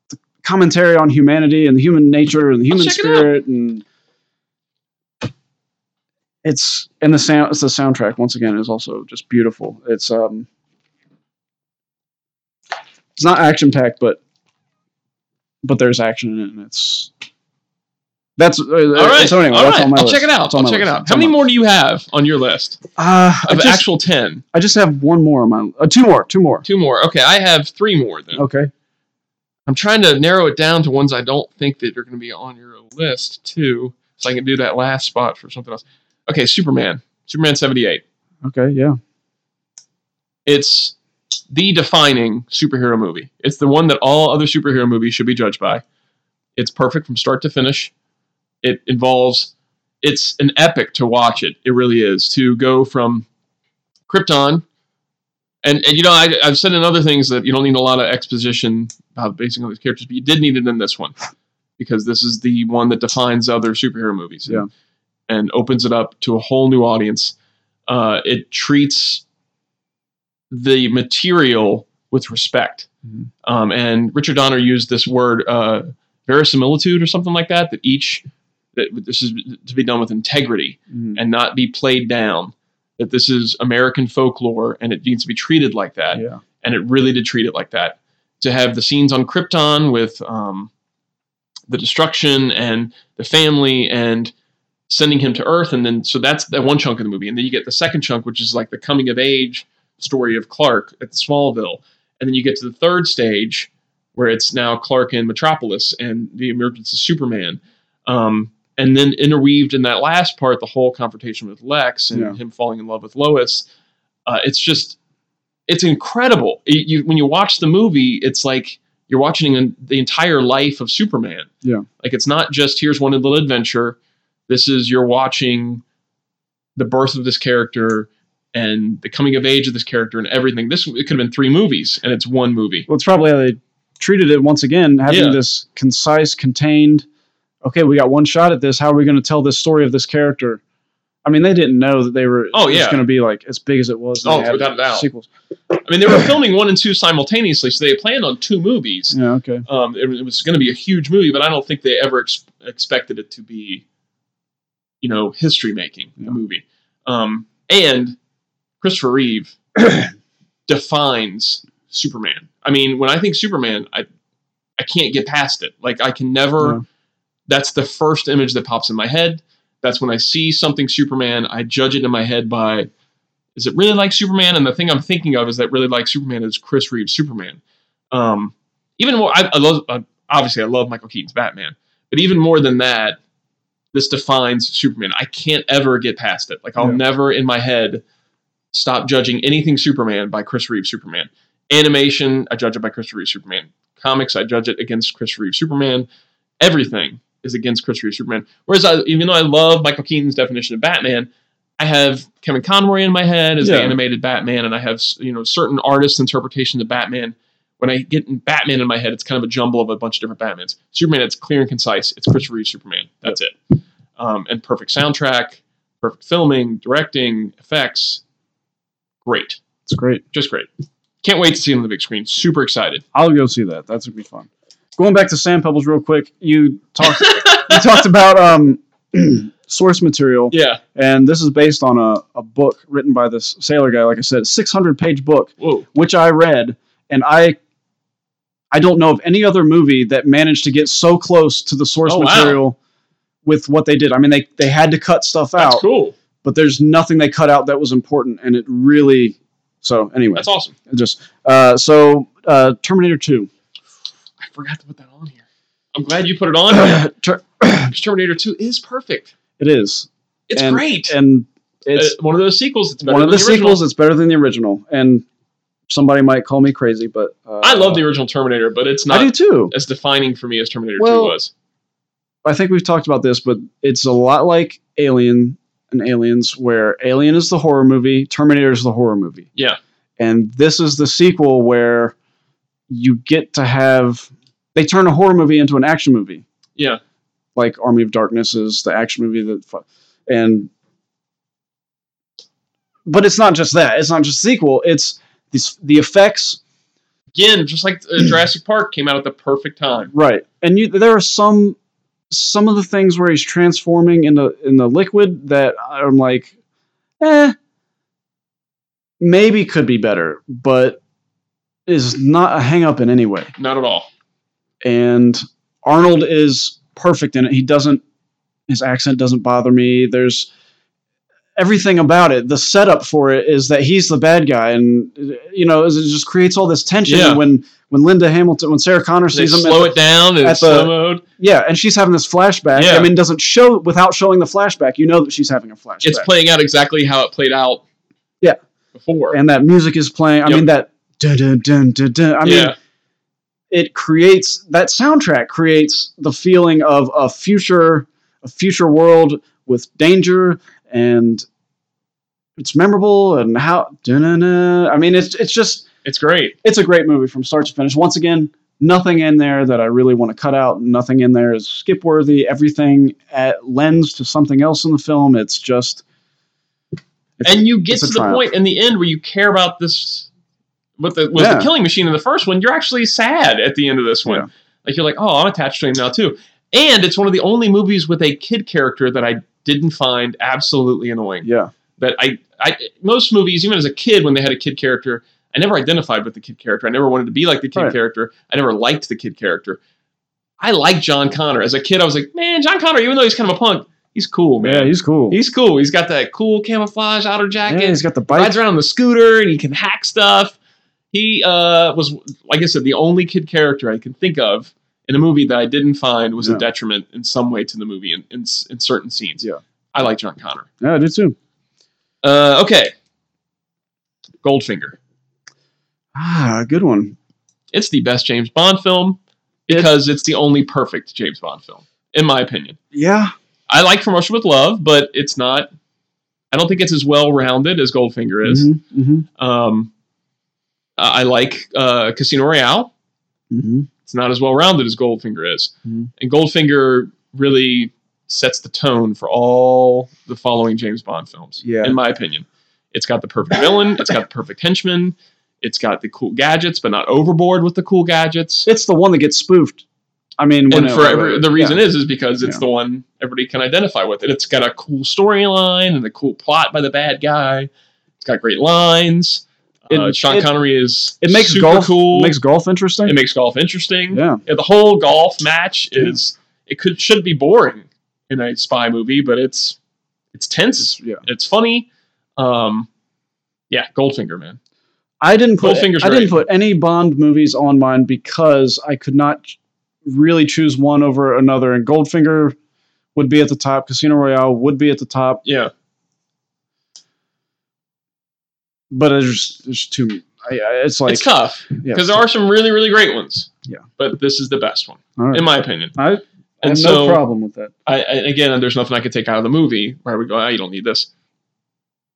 Speaker 2: the commentary on humanity and the human nature and the human
Speaker 3: check it out.
Speaker 2: spirit and it's and the sound it's the soundtrack once again is also just beautiful it's um it's not action packed but but there's action in it and it's that's uh,
Speaker 3: All right.
Speaker 2: so anyway
Speaker 3: All
Speaker 2: that's
Speaker 3: right.
Speaker 2: on my
Speaker 3: I'll
Speaker 2: list
Speaker 3: check it out.
Speaker 2: That's on my
Speaker 3: I'll check it
Speaker 2: list.
Speaker 3: out.
Speaker 2: It's
Speaker 3: How
Speaker 2: on
Speaker 3: many
Speaker 2: my-
Speaker 3: more do you have on your list
Speaker 2: uh, I
Speaker 3: of
Speaker 2: just,
Speaker 3: actual ten?
Speaker 2: I just have one more on my uh, two more two more
Speaker 3: Two more. Okay, I have three more then.
Speaker 2: okay
Speaker 3: I'm trying to narrow it down to ones I don't think that are going to be on your list too, so I can do that last spot for something else. Okay, Superman. Superman 78.
Speaker 2: Okay, yeah.
Speaker 3: It's the defining superhero movie. It's the one that all other superhero movies should be judged by. It's perfect from start to finish. It involves it's an epic to watch it. It really is to go from Krypton and, and you know I, I've said in other things that you don't need a lot of exposition about basically these characters, but you did need it in this one because this is the one that defines other superhero movies and, and opens it up to a whole new audience. Uh, it treats the material with respect.
Speaker 2: Mhm.
Speaker 3: Um, and Richard Donner used this word uh, verisimilitude or something like that. That each that this is to be done with integrity
Speaker 2: Mm,
Speaker 3: and not be played down. That this is American folklore and it needs to be treated like that.
Speaker 2: Yeah.
Speaker 3: And it really did treat it like that. To have the scenes on Krypton with um, the destruction and the family and sending him to Earth, and then so that's that one chunk of the movie, and then you get the second chunk, which is like the coming of age story of Clark at Smallville, and then you get to the third stage where it's now Clark in Metropolis and the emergence of Superman, um, and then interweaved in that last part the whole confrontation with Lex and
Speaker 2: Yeah.
Speaker 3: him falling in love with Lois. Uh, it's just it's incredible. It- you, when you watch the movie, it's like you're watching an, the entire life of Superman.
Speaker 2: Yeah.
Speaker 3: Like it's not just here's one little adventure. This is you're watching the birth of this character and the coming of age of this character and everything. This it could have been three movies and it's one movie.
Speaker 2: Well, it's probably how they treated it once again, having
Speaker 3: Yeah.
Speaker 2: this concise, contained, okay, we got one shot at this. How are we going to tell this story of this character? I mean, they didn't know that they were
Speaker 3: Oh, yeah.
Speaker 2: going to be like as big as it was. and
Speaker 3: Oh,
Speaker 2: they had
Speaker 3: without a doubt.
Speaker 2: Sequels.
Speaker 3: I mean, they were filming one and two simultaneously, so they had planned on two movies.
Speaker 2: Yeah, okay.
Speaker 3: Um, it, it was going to be a huge movie, but I don't think they ever ex- expected it to be, you know, history making
Speaker 2: Yeah.
Speaker 3: a movie. Um, and Christopher Reeve defines Superman. I mean, when I think Superman, I I can't get past it. Like I can never.
Speaker 2: Yeah.
Speaker 3: That's the first image that pops in my head. That's when I see something Superman. I judge it in my head by, is it really like Superman? And the thing I'm thinking of is that really like Superman is Chris Reeve's Superman. Um, even more, I, I love. I, obviously, I love Michael Keaton's Batman, but even more than that, this defines Superman. I can't ever get past it. Like I'll
Speaker 2: Yeah.
Speaker 3: never in my head stop judging anything Superman by Chris Reeves Superman. Animation, I judge it by Chris Reeves Superman. Comics, I judge it against Chris Reeves Superman. Everything is against Chris Reeves Superman. Whereas, I, even though I love Michael Keaton's definition of Batman, I have Kevin Conroy in my head as
Speaker 2: Yeah.
Speaker 3: the animated Batman, and I have you know certain artists' interpretations of Batman. When I get in Batman in my head, it's kind of a jumble of a bunch of different Batmans. Superman, it's clear and concise. It's Chris Reeves Superman. That's it. Um, and perfect soundtrack, perfect filming, directing, effects, great.
Speaker 2: It's great.
Speaker 3: Just great. Can't wait to see it on the big screen. Super excited.
Speaker 2: I'll go see that. That's going to be fun. Going back to Sand Pebbles real quick, you talked, you talked about um, source material.
Speaker 3: Yeah.
Speaker 2: And this is based on a, a book written by this sailor guy, like I said, 600 page book.
Speaker 3: Whoa.
Speaker 2: which I read, and I I don't know of any other movie that managed to get so close to the source
Speaker 3: Oh, wow.
Speaker 2: material with what they did. I mean, they they had to cut stuff
Speaker 3: That's
Speaker 2: out,
Speaker 3: cool.
Speaker 2: but there's nothing they cut out that was important, and it really. So anyway,
Speaker 3: That's awesome.
Speaker 2: it just uh, so uh, Terminator Two.
Speaker 3: I forgot to put that on here. I'm glad you put it on here.
Speaker 2: Ter-
Speaker 3: 'cause Terminator 2 is perfect.
Speaker 2: it is,
Speaker 3: It's
Speaker 2: and,
Speaker 3: great.
Speaker 2: and it's
Speaker 3: Uh, one of those sequels that's better
Speaker 2: one of the,
Speaker 3: than original.
Speaker 2: sequels. It's better than the original, and somebody might call me crazy, but uh,
Speaker 3: I love the original Terminator, but it's
Speaker 2: I do
Speaker 3: not
Speaker 2: too.
Speaker 3: as defining for me as Terminator
Speaker 2: Well,
Speaker 3: 2 was.
Speaker 2: I think we've talked about this, but it's a lot like Alien and Aliens, where Alien is the horror movie, Terminator is the horror movie.
Speaker 3: Yeah.
Speaker 2: And this is the sequel where you get to have they turn a horror movie into an action movie,
Speaker 3: Yeah.
Speaker 2: like Army of Darkness is the action movie that, fu- and but it's not just that. It's not just sequel. It's these the effects
Speaker 3: Again, just like uh, Jurassic Park came out at the perfect time.
Speaker 2: Right, and you, there are some some of the things where he's transforming in the in the liquid that I'm like, eh, maybe could be better, but is not a hang up in any way.
Speaker 3: Not at all.
Speaker 2: And Arnold is perfect in it. He doesn't his accent doesn't bother me. There's everything about it. The setup for it is that he's the bad guy, and you know it just creates all this tension
Speaker 3: Yeah.
Speaker 2: when. When Linda Hamilton, when Sarah Connor
Speaker 3: They
Speaker 2: sees him, at
Speaker 3: slow
Speaker 2: the-
Speaker 3: it down in
Speaker 2: at the-
Speaker 3: slow mode.
Speaker 2: yeah, and she's having this flashback.
Speaker 3: Yeah.
Speaker 2: I mean, doesn't show without showing the flashback. You know that she's having a flashback.
Speaker 3: It's playing out exactly how it played out.
Speaker 2: Yeah.
Speaker 3: Before.
Speaker 2: and that music is playing. I
Speaker 3: Yep.
Speaker 2: mean that. Dun, dun, dun, dun, dun. I mean,
Speaker 3: yeah.
Speaker 2: it creates that soundtrack creates the feeling of a future, a future world with danger, and it's memorable. And how? Dun, dun, dun. I mean, it's it's just
Speaker 3: It's great.
Speaker 2: it's a great movie from start to finish. Once again, nothing in there that I really want to cut out. Nothing in there is skip worthy. Everything at, lends to something else in the film. It's just. It's-
Speaker 3: and you get
Speaker 2: it's a
Speaker 3: to the
Speaker 2: triumph.
Speaker 3: point in the end where you care about this with the with
Speaker 2: Yeah.
Speaker 3: the killing machine in the first one, you're actually sad at the end of this one.
Speaker 2: Yeah.
Speaker 3: Like you're like, oh, I'm attached to him now too. And it's one of the only movies with a kid character that I didn't find absolutely annoying.
Speaker 2: Yeah.
Speaker 3: That I, I most movies, even as a kid, when they had a kid character, I never identified with the kid character. I never wanted to be like the kid
Speaker 2: Right.
Speaker 3: character. I never liked the kid character. I like John Connor. As a kid, I was like, man, John Connor, even though he's kind of a punk, he's cool, man.
Speaker 2: Yeah, he's cool.
Speaker 3: He's cool. He's got that cool camouflage outer
Speaker 2: yeah,
Speaker 3: jacket.
Speaker 2: he's got the bike.
Speaker 3: rides around on the scooter and he can hack stuff. He uh, was, like I said, the only kid character I can think of in a movie that I didn't find was
Speaker 2: Yeah.
Speaker 3: a detriment in some way to the movie in, in, s- in certain scenes.
Speaker 2: Yeah.
Speaker 3: I like John Connor.
Speaker 2: Yeah, I do too.
Speaker 3: Uh, okay. Goldfinger.
Speaker 2: Ah, good one.
Speaker 3: It's the best James Bond film because it's the only perfect James Bond film, in my opinion.
Speaker 2: Yeah,
Speaker 3: I like From Russia with Love, but it's not. I don't think it's as well rounded as Goldfinger is.
Speaker 2: Mhm, mhm,
Speaker 3: Um, I I like uh, Casino Royale.
Speaker 2: mhm.
Speaker 3: It's not as well rounded as Goldfinger is,
Speaker 2: Mhm.
Speaker 3: and Goldfinger really sets the tone for all the following James Bond films.
Speaker 2: Yeah.
Speaker 3: in my opinion, it's got the perfect villain. It's got the perfect henchman. It's got the cool gadgets, but not overboard with the cool gadgets.
Speaker 2: It's the one that gets spoofed. I mean,
Speaker 3: And
Speaker 2: when-
Speaker 3: for every, the reason is is because it's
Speaker 2: Yeah.
Speaker 3: the one everybody can identify with, and it's got a cool storyline and a cool plot by the bad guy. It's got great lines.
Speaker 2: It-
Speaker 3: uh, Sean
Speaker 2: it-
Speaker 3: Connery is
Speaker 2: it makes
Speaker 3: super
Speaker 2: golf
Speaker 3: cool.
Speaker 2: makes golf interesting.
Speaker 3: it makes golf interesting.
Speaker 2: yeah,
Speaker 3: Yeah, the whole golf match is it could should be boring in a spy movie, but it's it's tense.
Speaker 2: yeah.
Speaker 3: It's funny. Um, yeah, Goldfinger, man.
Speaker 2: I didn't put I
Speaker 3: Goldfinger's
Speaker 2: didn't
Speaker 3: great.
Speaker 2: put any Bond movies on mine because I could not ch- really choose one over another. And Goldfinger would be at the top. Casino Royale would be at the top,
Speaker 3: Yeah,
Speaker 2: but it's just, it's too. I, I, it's like
Speaker 3: it's tough
Speaker 2: yeah,
Speaker 3: because there are some really really great ones.
Speaker 2: Yeah.
Speaker 3: but this is the best one
Speaker 2: all right.
Speaker 3: in my opinion.
Speaker 2: I, I
Speaker 3: And
Speaker 2: have
Speaker 3: so
Speaker 2: no problem with that.
Speaker 3: I, I again, there's nothing I could take out of the movie where we go, ah, you don't need this.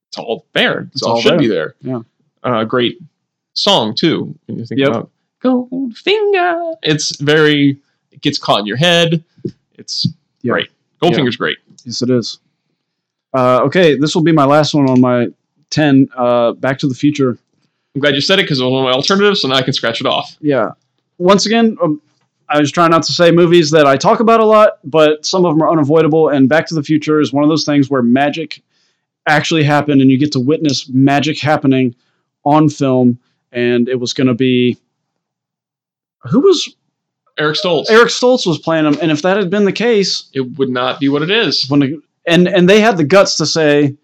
Speaker 3: It's all there. It's,
Speaker 2: It's
Speaker 3: all,
Speaker 2: all
Speaker 3: should be there.
Speaker 2: Yeah.
Speaker 3: Uh, great song too. When you think
Speaker 2: Yep.
Speaker 3: about Goldfinger, it's very. It gets caught in your head. It's
Speaker 2: Yeah.
Speaker 3: great. Goldfinger's great.
Speaker 2: Yes, it is. Uh, okay, this will be my last one on my ten. Uh, Back to the Future.
Speaker 3: I'm glad you said it because it was one of my alternatives, so now I can scratch it off.
Speaker 2: Yeah. Once again, um, I was trying not to say movies that I talk about a lot, but some of them are unavoidable. And Back to the Future is one of those things where magic actually happened, and you get to witness magic happening on film. And it was going to be who was
Speaker 3: Eric Stoltz.
Speaker 2: Eric Stoltz was playing him, and if that had been the case,
Speaker 3: It would not be what it is.
Speaker 2: when the, and and they had the guts to say,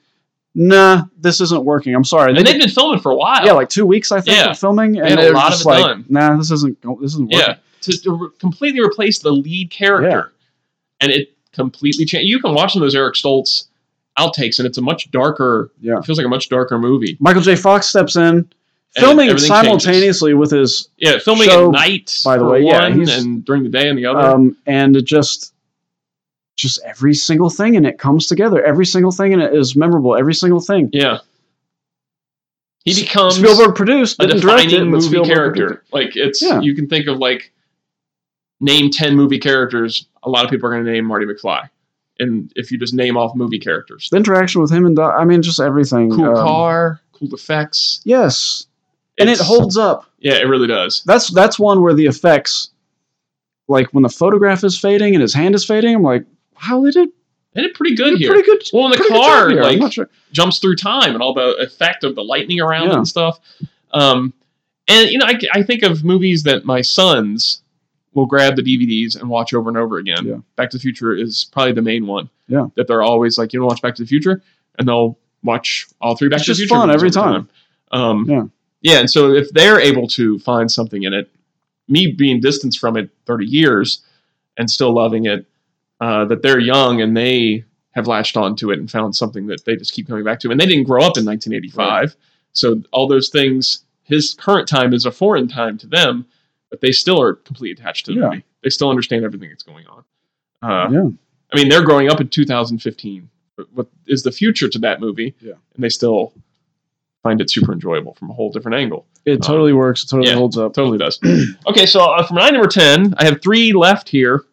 Speaker 2: "Nah, this isn't working. I'm sorry."
Speaker 3: And
Speaker 2: They
Speaker 3: they've
Speaker 2: did-
Speaker 3: been filming for a while.
Speaker 2: yeah, like two weeks I think
Speaker 3: Yeah.
Speaker 2: of filming, and
Speaker 3: had a
Speaker 2: they were
Speaker 3: lot of
Speaker 2: just
Speaker 3: it
Speaker 2: like,
Speaker 3: done.
Speaker 2: "Nah, this isn't go- this isn't working."
Speaker 3: Yeah, to, to re- completely replace the lead character, and it completely changed. You can watch some of those Eric Stoltz outtakes, and it's a much darker.
Speaker 2: Yeah.
Speaker 3: It feels like a much darker movie.
Speaker 2: Michael J. Fox steps in, filming
Speaker 3: everything
Speaker 2: simultaneously with his,
Speaker 3: Yeah, filming
Speaker 2: Show,
Speaker 3: at night
Speaker 2: by the
Speaker 3: for
Speaker 2: way, yeah,
Speaker 3: one,
Speaker 2: he's-
Speaker 3: and during the day and the other.
Speaker 2: um, and it just um, just every single thing in it comes together. Every single thing in it is memorable. Every single thing.
Speaker 3: Yeah. He becomes
Speaker 2: Spielberg produced,
Speaker 3: a
Speaker 2: didn't direct it,
Speaker 3: defining
Speaker 2: but
Speaker 3: movie
Speaker 2: Spielberg produced
Speaker 3: character. Like it's
Speaker 2: Yeah.
Speaker 3: you can think of like name ten movie characters. A lot of people are going to name Marty McFly, and if you just name off movie characters,
Speaker 2: it. The interaction with him and Doc, I mean, just everything.
Speaker 3: cool
Speaker 2: um,
Speaker 3: car, cool effects,
Speaker 2: Yes, and it
Speaker 3: It's-
Speaker 2: holds up.
Speaker 3: Yeah, it really does.
Speaker 2: That's that's one where the effects, like when the photograph is fading and his hand is fading, I'm like, wow, they did
Speaker 3: They did pretty
Speaker 2: they
Speaker 3: good
Speaker 2: did
Speaker 3: here.
Speaker 2: pretty good.
Speaker 3: well, and the
Speaker 2: pretty good
Speaker 3: car
Speaker 2: job here. I'm
Speaker 3: like
Speaker 2: not sure.
Speaker 3: jumps through time and all the effect of the lightning around it
Speaker 2: Yeah.
Speaker 3: and stuff. Um, and you know, I, I think of movies that my sons will grab the DVDs and watch over and over again.
Speaker 2: Yeah.
Speaker 3: Back to the Future is probably the main one.
Speaker 2: Yeah.
Speaker 3: that they're always like, you know, watch Back to the Future, and they'll watch all three Back
Speaker 2: It's
Speaker 3: to the
Speaker 2: just
Speaker 3: Future
Speaker 2: fun
Speaker 3: movies
Speaker 2: every
Speaker 3: over
Speaker 2: time.
Speaker 3: Um,
Speaker 2: Yeah.
Speaker 3: yeah, and so if they're able to find something in it, me being distanced from it thirty years and still loving it, uh, that they're young and they have latched onto it and found something that they just keep coming back to. And they didn't grow up in 1985. So all those things, his current time is a foreign time to them, but they still are completely attached to the
Speaker 2: Yeah.
Speaker 3: movie. They still understand everything that's going on. Uh,
Speaker 2: Yeah.
Speaker 3: I mean, they're growing up in 2015. but What is the future to that movie?
Speaker 2: Yeah.
Speaker 3: And they still find it super enjoyable from a whole different angle.
Speaker 2: It totally works. It totally
Speaker 3: Oh. yeah.
Speaker 2: holds up.
Speaker 3: Totally does. okay, so uh, from nine number ten, I have three left here,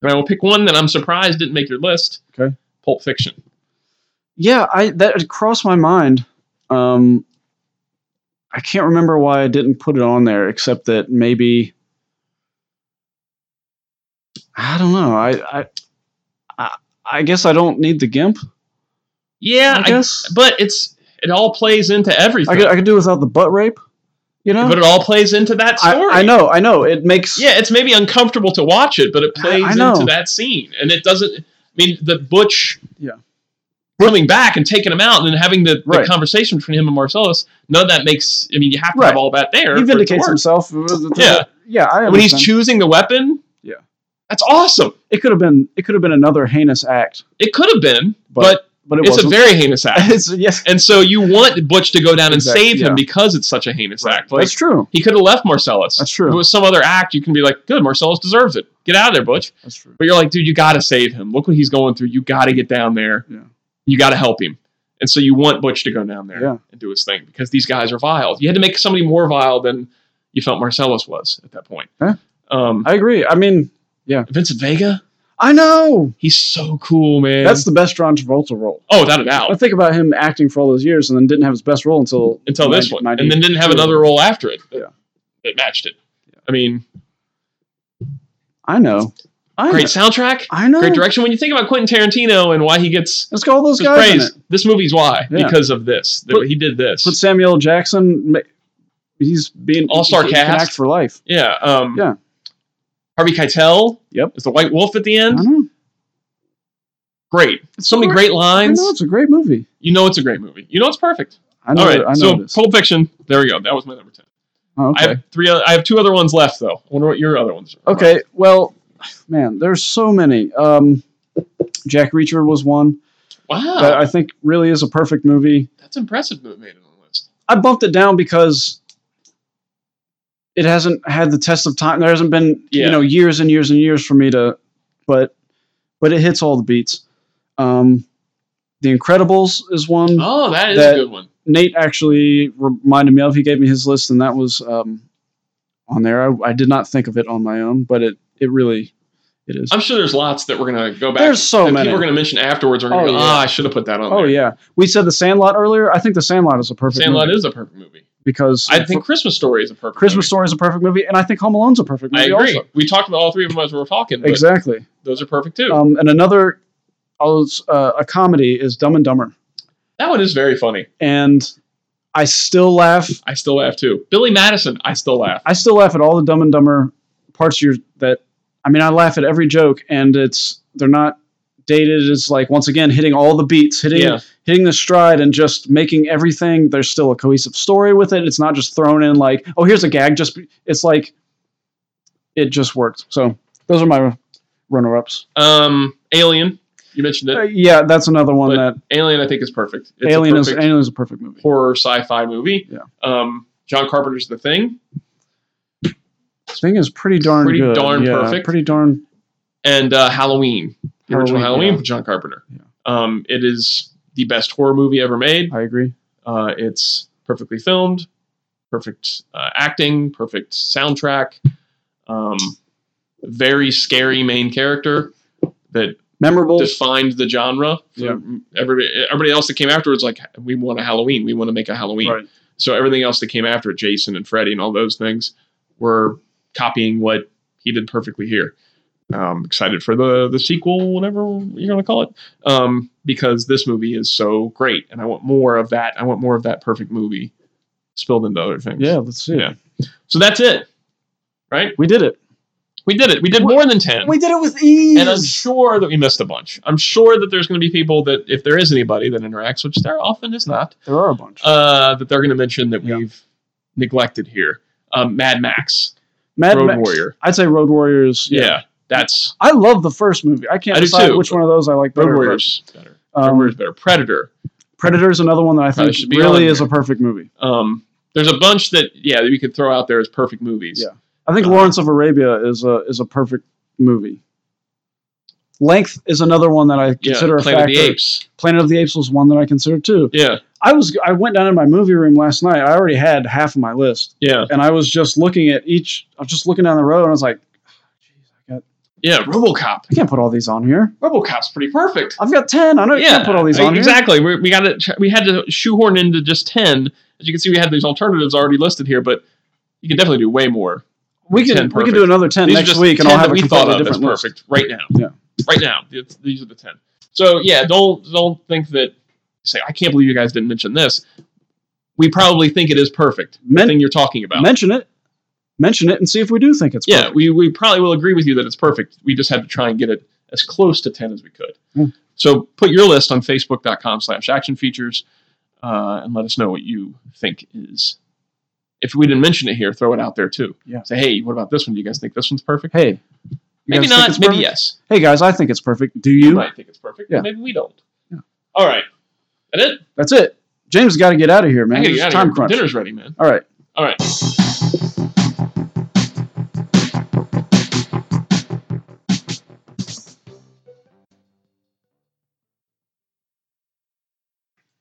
Speaker 3: and I will pick one that I'm surprised didn't make your list.
Speaker 2: Okay.
Speaker 3: Pulp Fiction.
Speaker 2: Yeah, I that had crossed my mind. Um, I can't remember why I didn't put it on there, except that maybe I don't know. I I I, I guess I don't need the gimp.
Speaker 3: Yeah,
Speaker 2: I
Speaker 3: I
Speaker 2: guess.
Speaker 3: but it's it all plays into everything.
Speaker 2: I could I could do without the butt rape. You know,
Speaker 3: but it all plays into that story.
Speaker 2: I, I know, I know. It makes
Speaker 3: Yeah, it's maybe uncomfortable to watch it, but it
Speaker 2: I-
Speaker 3: plays
Speaker 2: I know.
Speaker 3: into that scene, and it doesn't. I mean, the Butch.
Speaker 2: Yeah.
Speaker 3: Coming back and taking him out, and then having the, the
Speaker 2: Right.
Speaker 3: conversation between him and Marcellus. None of that makes. I mean, you have to have
Speaker 2: Right.
Speaker 3: all that
Speaker 2: he
Speaker 3: there. for it to
Speaker 2: vindicates
Speaker 3: work.
Speaker 2: himself.
Speaker 3: Yeah.
Speaker 2: yeah. I
Speaker 3: And when he's
Speaker 2: understand.
Speaker 3: choosing the weapon.
Speaker 2: Yeah.
Speaker 3: That's awesome.
Speaker 2: it could have been it could have been another heinous act,
Speaker 3: It could have been,
Speaker 2: But
Speaker 3: but,
Speaker 2: but it
Speaker 3: it's
Speaker 2: wasn't.
Speaker 3: a very heinous act.
Speaker 2: it's yes,
Speaker 3: and so you want Butch to go down and
Speaker 2: Exactly,
Speaker 3: save him
Speaker 2: yeah.
Speaker 3: because it's such a heinous act. Like
Speaker 2: that's true.
Speaker 3: he could have left Marcellus.
Speaker 2: That's true.
Speaker 3: If it was some other act, you can be like, "Good, Marcellus deserves it. Get out of there, Butch."
Speaker 2: That's true.
Speaker 3: But you're like, dude, you got to save him. Look what he's going through. You got to get down there.
Speaker 2: Yeah.
Speaker 3: You got to help him. And so you want Butch to go down there
Speaker 2: Yeah.
Speaker 3: and do his thing because these guys are vile. You had to make somebody more vile than you felt Marcellus was at that point.
Speaker 2: Yeah.
Speaker 3: Um,
Speaker 2: I agree. I mean,
Speaker 3: Vincent Vega,
Speaker 2: I know
Speaker 3: he's so cool, man.
Speaker 2: that's the best John Travolta role.
Speaker 3: oh, without a
Speaker 2: I
Speaker 3: doubt.
Speaker 2: think about him acting for all those years and then didn't have his best role until
Speaker 3: Until this
Speaker 2: 90
Speaker 3: one,
Speaker 2: 90
Speaker 3: and then didn't have another role after it that,
Speaker 2: Yeah.
Speaker 3: that matched it. I mean,
Speaker 2: I know. I
Speaker 3: great
Speaker 2: know.
Speaker 3: soundtrack,
Speaker 2: I know.
Speaker 3: great direction. When you think about Quentin Tarantino and why he gets
Speaker 2: Let's go all those
Speaker 3: his
Speaker 2: guys. in
Speaker 3: praise,
Speaker 2: it.
Speaker 3: this movie's why
Speaker 2: Yeah.
Speaker 3: because of this. That
Speaker 2: Put-
Speaker 3: he did this.
Speaker 2: Put Samuel Jackson. ma- He's being
Speaker 3: All-star
Speaker 2: he can
Speaker 3: cast.
Speaker 2: act for life.
Speaker 3: Yeah. Um,
Speaker 2: Yeah.
Speaker 3: Harvey Keitel.
Speaker 2: Yep.
Speaker 3: Is the White Wolf at the
Speaker 2: I
Speaker 3: end?
Speaker 2: know.
Speaker 3: Great. So many
Speaker 2: great.
Speaker 3: great
Speaker 2: I
Speaker 3: lines.
Speaker 2: know it's a great movie.
Speaker 3: You know it's a great movie. You know it's perfect.
Speaker 2: I know.
Speaker 3: All right.
Speaker 2: I know
Speaker 3: so
Speaker 2: it is.
Speaker 3: Pulp Fiction. There we go. That was my number ten.
Speaker 2: Oh, okay.
Speaker 3: I have three. Other, I have two other ones left though. I wonder what your other ones are.
Speaker 2: Okay, well, man, there's so many. Um, Jack Reacher was one
Speaker 3: Wow.
Speaker 2: that I think really is a perfect movie.
Speaker 3: That's impressive that it made it on the list.
Speaker 2: I bumped it down because it hasn't had the test of time. There hasn't been you
Speaker 3: Yeah.
Speaker 2: know years and years and years for me to, but but it hits all the beats. Um, the Incredibles is one.
Speaker 3: Oh, that is
Speaker 2: That-
Speaker 3: a good one.
Speaker 2: Nate actually reminded me of. He gave me his list, and that was um, on there. I, I did not think of it on my own, but it it really it is.
Speaker 3: I'm sure there's lots that we're gonna go back.
Speaker 2: There's so
Speaker 3: that
Speaker 2: many.
Speaker 3: People are gonna mention afterwards. Are gonna
Speaker 2: Oh,
Speaker 3: go,
Speaker 2: yeah.
Speaker 3: ah, I should have put that on.
Speaker 2: Oh
Speaker 3: there.
Speaker 2: yeah, we said the Sandlot earlier. I think the Sandlot is a perfect
Speaker 3: Sandlot
Speaker 2: movie
Speaker 3: is a perfect movie.
Speaker 2: because
Speaker 3: I think Christmas Story is a perfect.
Speaker 2: Christmas
Speaker 3: movie.
Speaker 2: Story is a perfect movie, and I think Home Alone's a perfect movie.
Speaker 3: I agree.
Speaker 2: Also.
Speaker 3: We talked about all three of them as we were talking. But
Speaker 2: Exactly.
Speaker 3: Those are perfect too.
Speaker 2: Um, and another, uh, a comedy is Dumb and Dumber,
Speaker 3: that one is very funny.
Speaker 2: and I still laugh.
Speaker 3: I still laugh too. Billy Madison, I still laugh.
Speaker 2: I still laugh at all the Dumb and Dumber parts. Of your that, I mean, I laugh at every joke, and it's they're not dated. It's like once again hitting all the beats, hitting
Speaker 3: Yeah.
Speaker 2: hitting the stride and just making everything there's still a cohesive story with it it's not just thrown in like oh here's a gag just be- it's like it just worked so those are my runner-ups
Speaker 3: Um, Alien, you mentioned it.
Speaker 2: Uh, yeah that's another one
Speaker 3: But
Speaker 2: that
Speaker 3: Alien, I think, is perfect. It's
Speaker 2: alien
Speaker 3: a perfect
Speaker 2: is alien is a perfect movie
Speaker 3: horror sci-fi movie.
Speaker 2: Yeah.
Speaker 3: Um, John Carpenter's The Thing.
Speaker 2: this thing is pretty darn
Speaker 3: Pretty
Speaker 2: good
Speaker 3: darn
Speaker 2: Yeah,
Speaker 3: perfect.
Speaker 2: pretty darn
Speaker 3: and uh, Halloween, the original
Speaker 2: Halloween,
Speaker 3: Halloween
Speaker 2: yeah.
Speaker 3: from John Carpenter.
Speaker 2: Yeah.
Speaker 3: Um, it is the best horror movie ever made.
Speaker 2: I agree.
Speaker 3: Uh, it's perfectly filmed, perfect uh, acting, perfect soundtrack, um, very scary main character that
Speaker 2: Memorable.
Speaker 3: defined the genre. for
Speaker 2: Yeah.
Speaker 3: Everybody, everybody else that came afterwards, like we want a Halloween, we want to make a Halloween.
Speaker 2: right.
Speaker 3: So everything else that came after it, Jason and Freddy and all those things, were copying what he did perfectly here. Um, excited for the the sequel, whatever you're going to call it, um, because this movie is so great, and I want more of that. I want more of that perfect movie spilled into other things.
Speaker 2: Yeah, let's see.
Speaker 3: Yeah. So that's it, right?
Speaker 2: We did it.
Speaker 3: We did it. We did more than ten.
Speaker 2: We did it with ease.
Speaker 3: and I'm sure that we missed a bunch. I'm sure that there's going to be people that, if there is anybody that interacts, which there often is not,
Speaker 2: there are a bunch.
Speaker 3: uh, that they're going to mention that
Speaker 2: Yeah.
Speaker 3: we've neglected here. Um, Mad Max.
Speaker 2: Mad
Speaker 3: Road
Speaker 2: Max.
Speaker 3: Warrior.
Speaker 2: I'd say Road Warriors.
Speaker 3: Yeah, that's
Speaker 2: I love the first movie. I can't
Speaker 3: I do
Speaker 2: decide
Speaker 3: too.
Speaker 2: which one of those I like
Speaker 3: Road
Speaker 2: better.
Speaker 3: Warriors. Better.
Speaker 2: but,
Speaker 3: Road
Speaker 2: um,
Speaker 3: Warriors better. Predator.
Speaker 2: Predator is another one that I
Speaker 3: Probably
Speaker 2: think
Speaker 3: should be
Speaker 2: really
Speaker 3: on
Speaker 2: is a
Speaker 3: there.
Speaker 2: perfect movie.
Speaker 3: Um, there's a bunch that yeah that we could throw out there as perfect movies.
Speaker 2: Yeah. I think
Speaker 3: Uh,
Speaker 2: Lawrence of Arabia is a is a perfect movie. Length is another one that I
Speaker 3: Yeah,
Speaker 2: consider a
Speaker 3: Planet of
Speaker 2: factor.
Speaker 3: the Apes.
Speaker 2: Planet of the Apes was one that I considered too.
Speaker 3: Yeah,
Speaker 2: I was I went down in my movie room last night. I already had half of my list,
Speaker 3: yeah,
Speaker 2: and I was just looking at each. I was just looking down the road, and I was like, "Oh, "Jeez, I got
Speaker 3: yeah. RoboCop.
Speaker 2: I can't put all these on here.
Speaker 3: RoboCop's pretty perfect.
Speaker 2: I've got ten. I don't I can't put all these on here."
Speaker 3: exactly. We, we got to we had to shoehorn into just ten. As you can see, we had these alternatives already listed here, but you can definitely do way more.
Speaker 2: We
Speaker 3: Ten
Speaker 2: can we can
Speaker 3: perfect.
Speaker 2: do another ten
Speaker 3: These are
Speaker 2: next
Speaker 3: just
Speaker 2: week, and
Speaker 3: 10
Speaker 2: I'll have
Speaker 3: that
Speaker 2: a
Speaker 3: we thought
Speaker 2: completely
Speaker 3: of as
Speaker 2: different list.
Speaker 3: perfect right now.
Speaker 2: Yeah.
Speaker 3: right now. It's- These are the ten. So yeah, don't don't think that. Say, I can't believe you guys didn't mention this. We probably think it is perfect.
Speaker 2: Men-
Speaker 3: the thing you're talking about.
Speaker 2: Mention it, mention it, and see if we do think it's
Speaker 3: yeah,
Speaker 2: perfect.
Speaker 3: we we probably will agree with you that it's perfect. We just had to try and get it as close to ten as we could.
Speaker 2: Hmm.
Speaker 3: So put your list on Facebook.com/slash Action Features uh, and let us know what you think is. If we didn't mention it here, throw it out there too.
Speaker 2: Yeah.
Speaker 3: Say, hey, what about this one? Do you guys think this one's perfect?
Speaker 2: Hey, you
Speaker 3: maybe
Speaker 2: guys think
Speaker 3: not.
Speaker 2: it's
Speaker 3: Maybe
Speaker 2: perfect?
Speaker 3: yes.
Speaker 2: Hey guys, I think it's perfect. Do
Speaker 3: You
Speaker 2: you?
Speaker 3: might think it's perfect.
Speaker 2: Yeah.
Speaker 3: Maybe we don't.
Speaker 2: Yeah.
Speaker 3: All right. That it?
Speaker 2: That's it. James got to get out of here,
Speaker 3: I
Speaker 2: man.
Speaker 3: gotta
Speaker 2: It's
Speaker 3: get out of
Speaker 2: time
Speaker 3: here.
Speaker 2: crunch.
Speaker 3: Dinner's ready, man.
Speaker 2: All right.
Speaker 3: All right.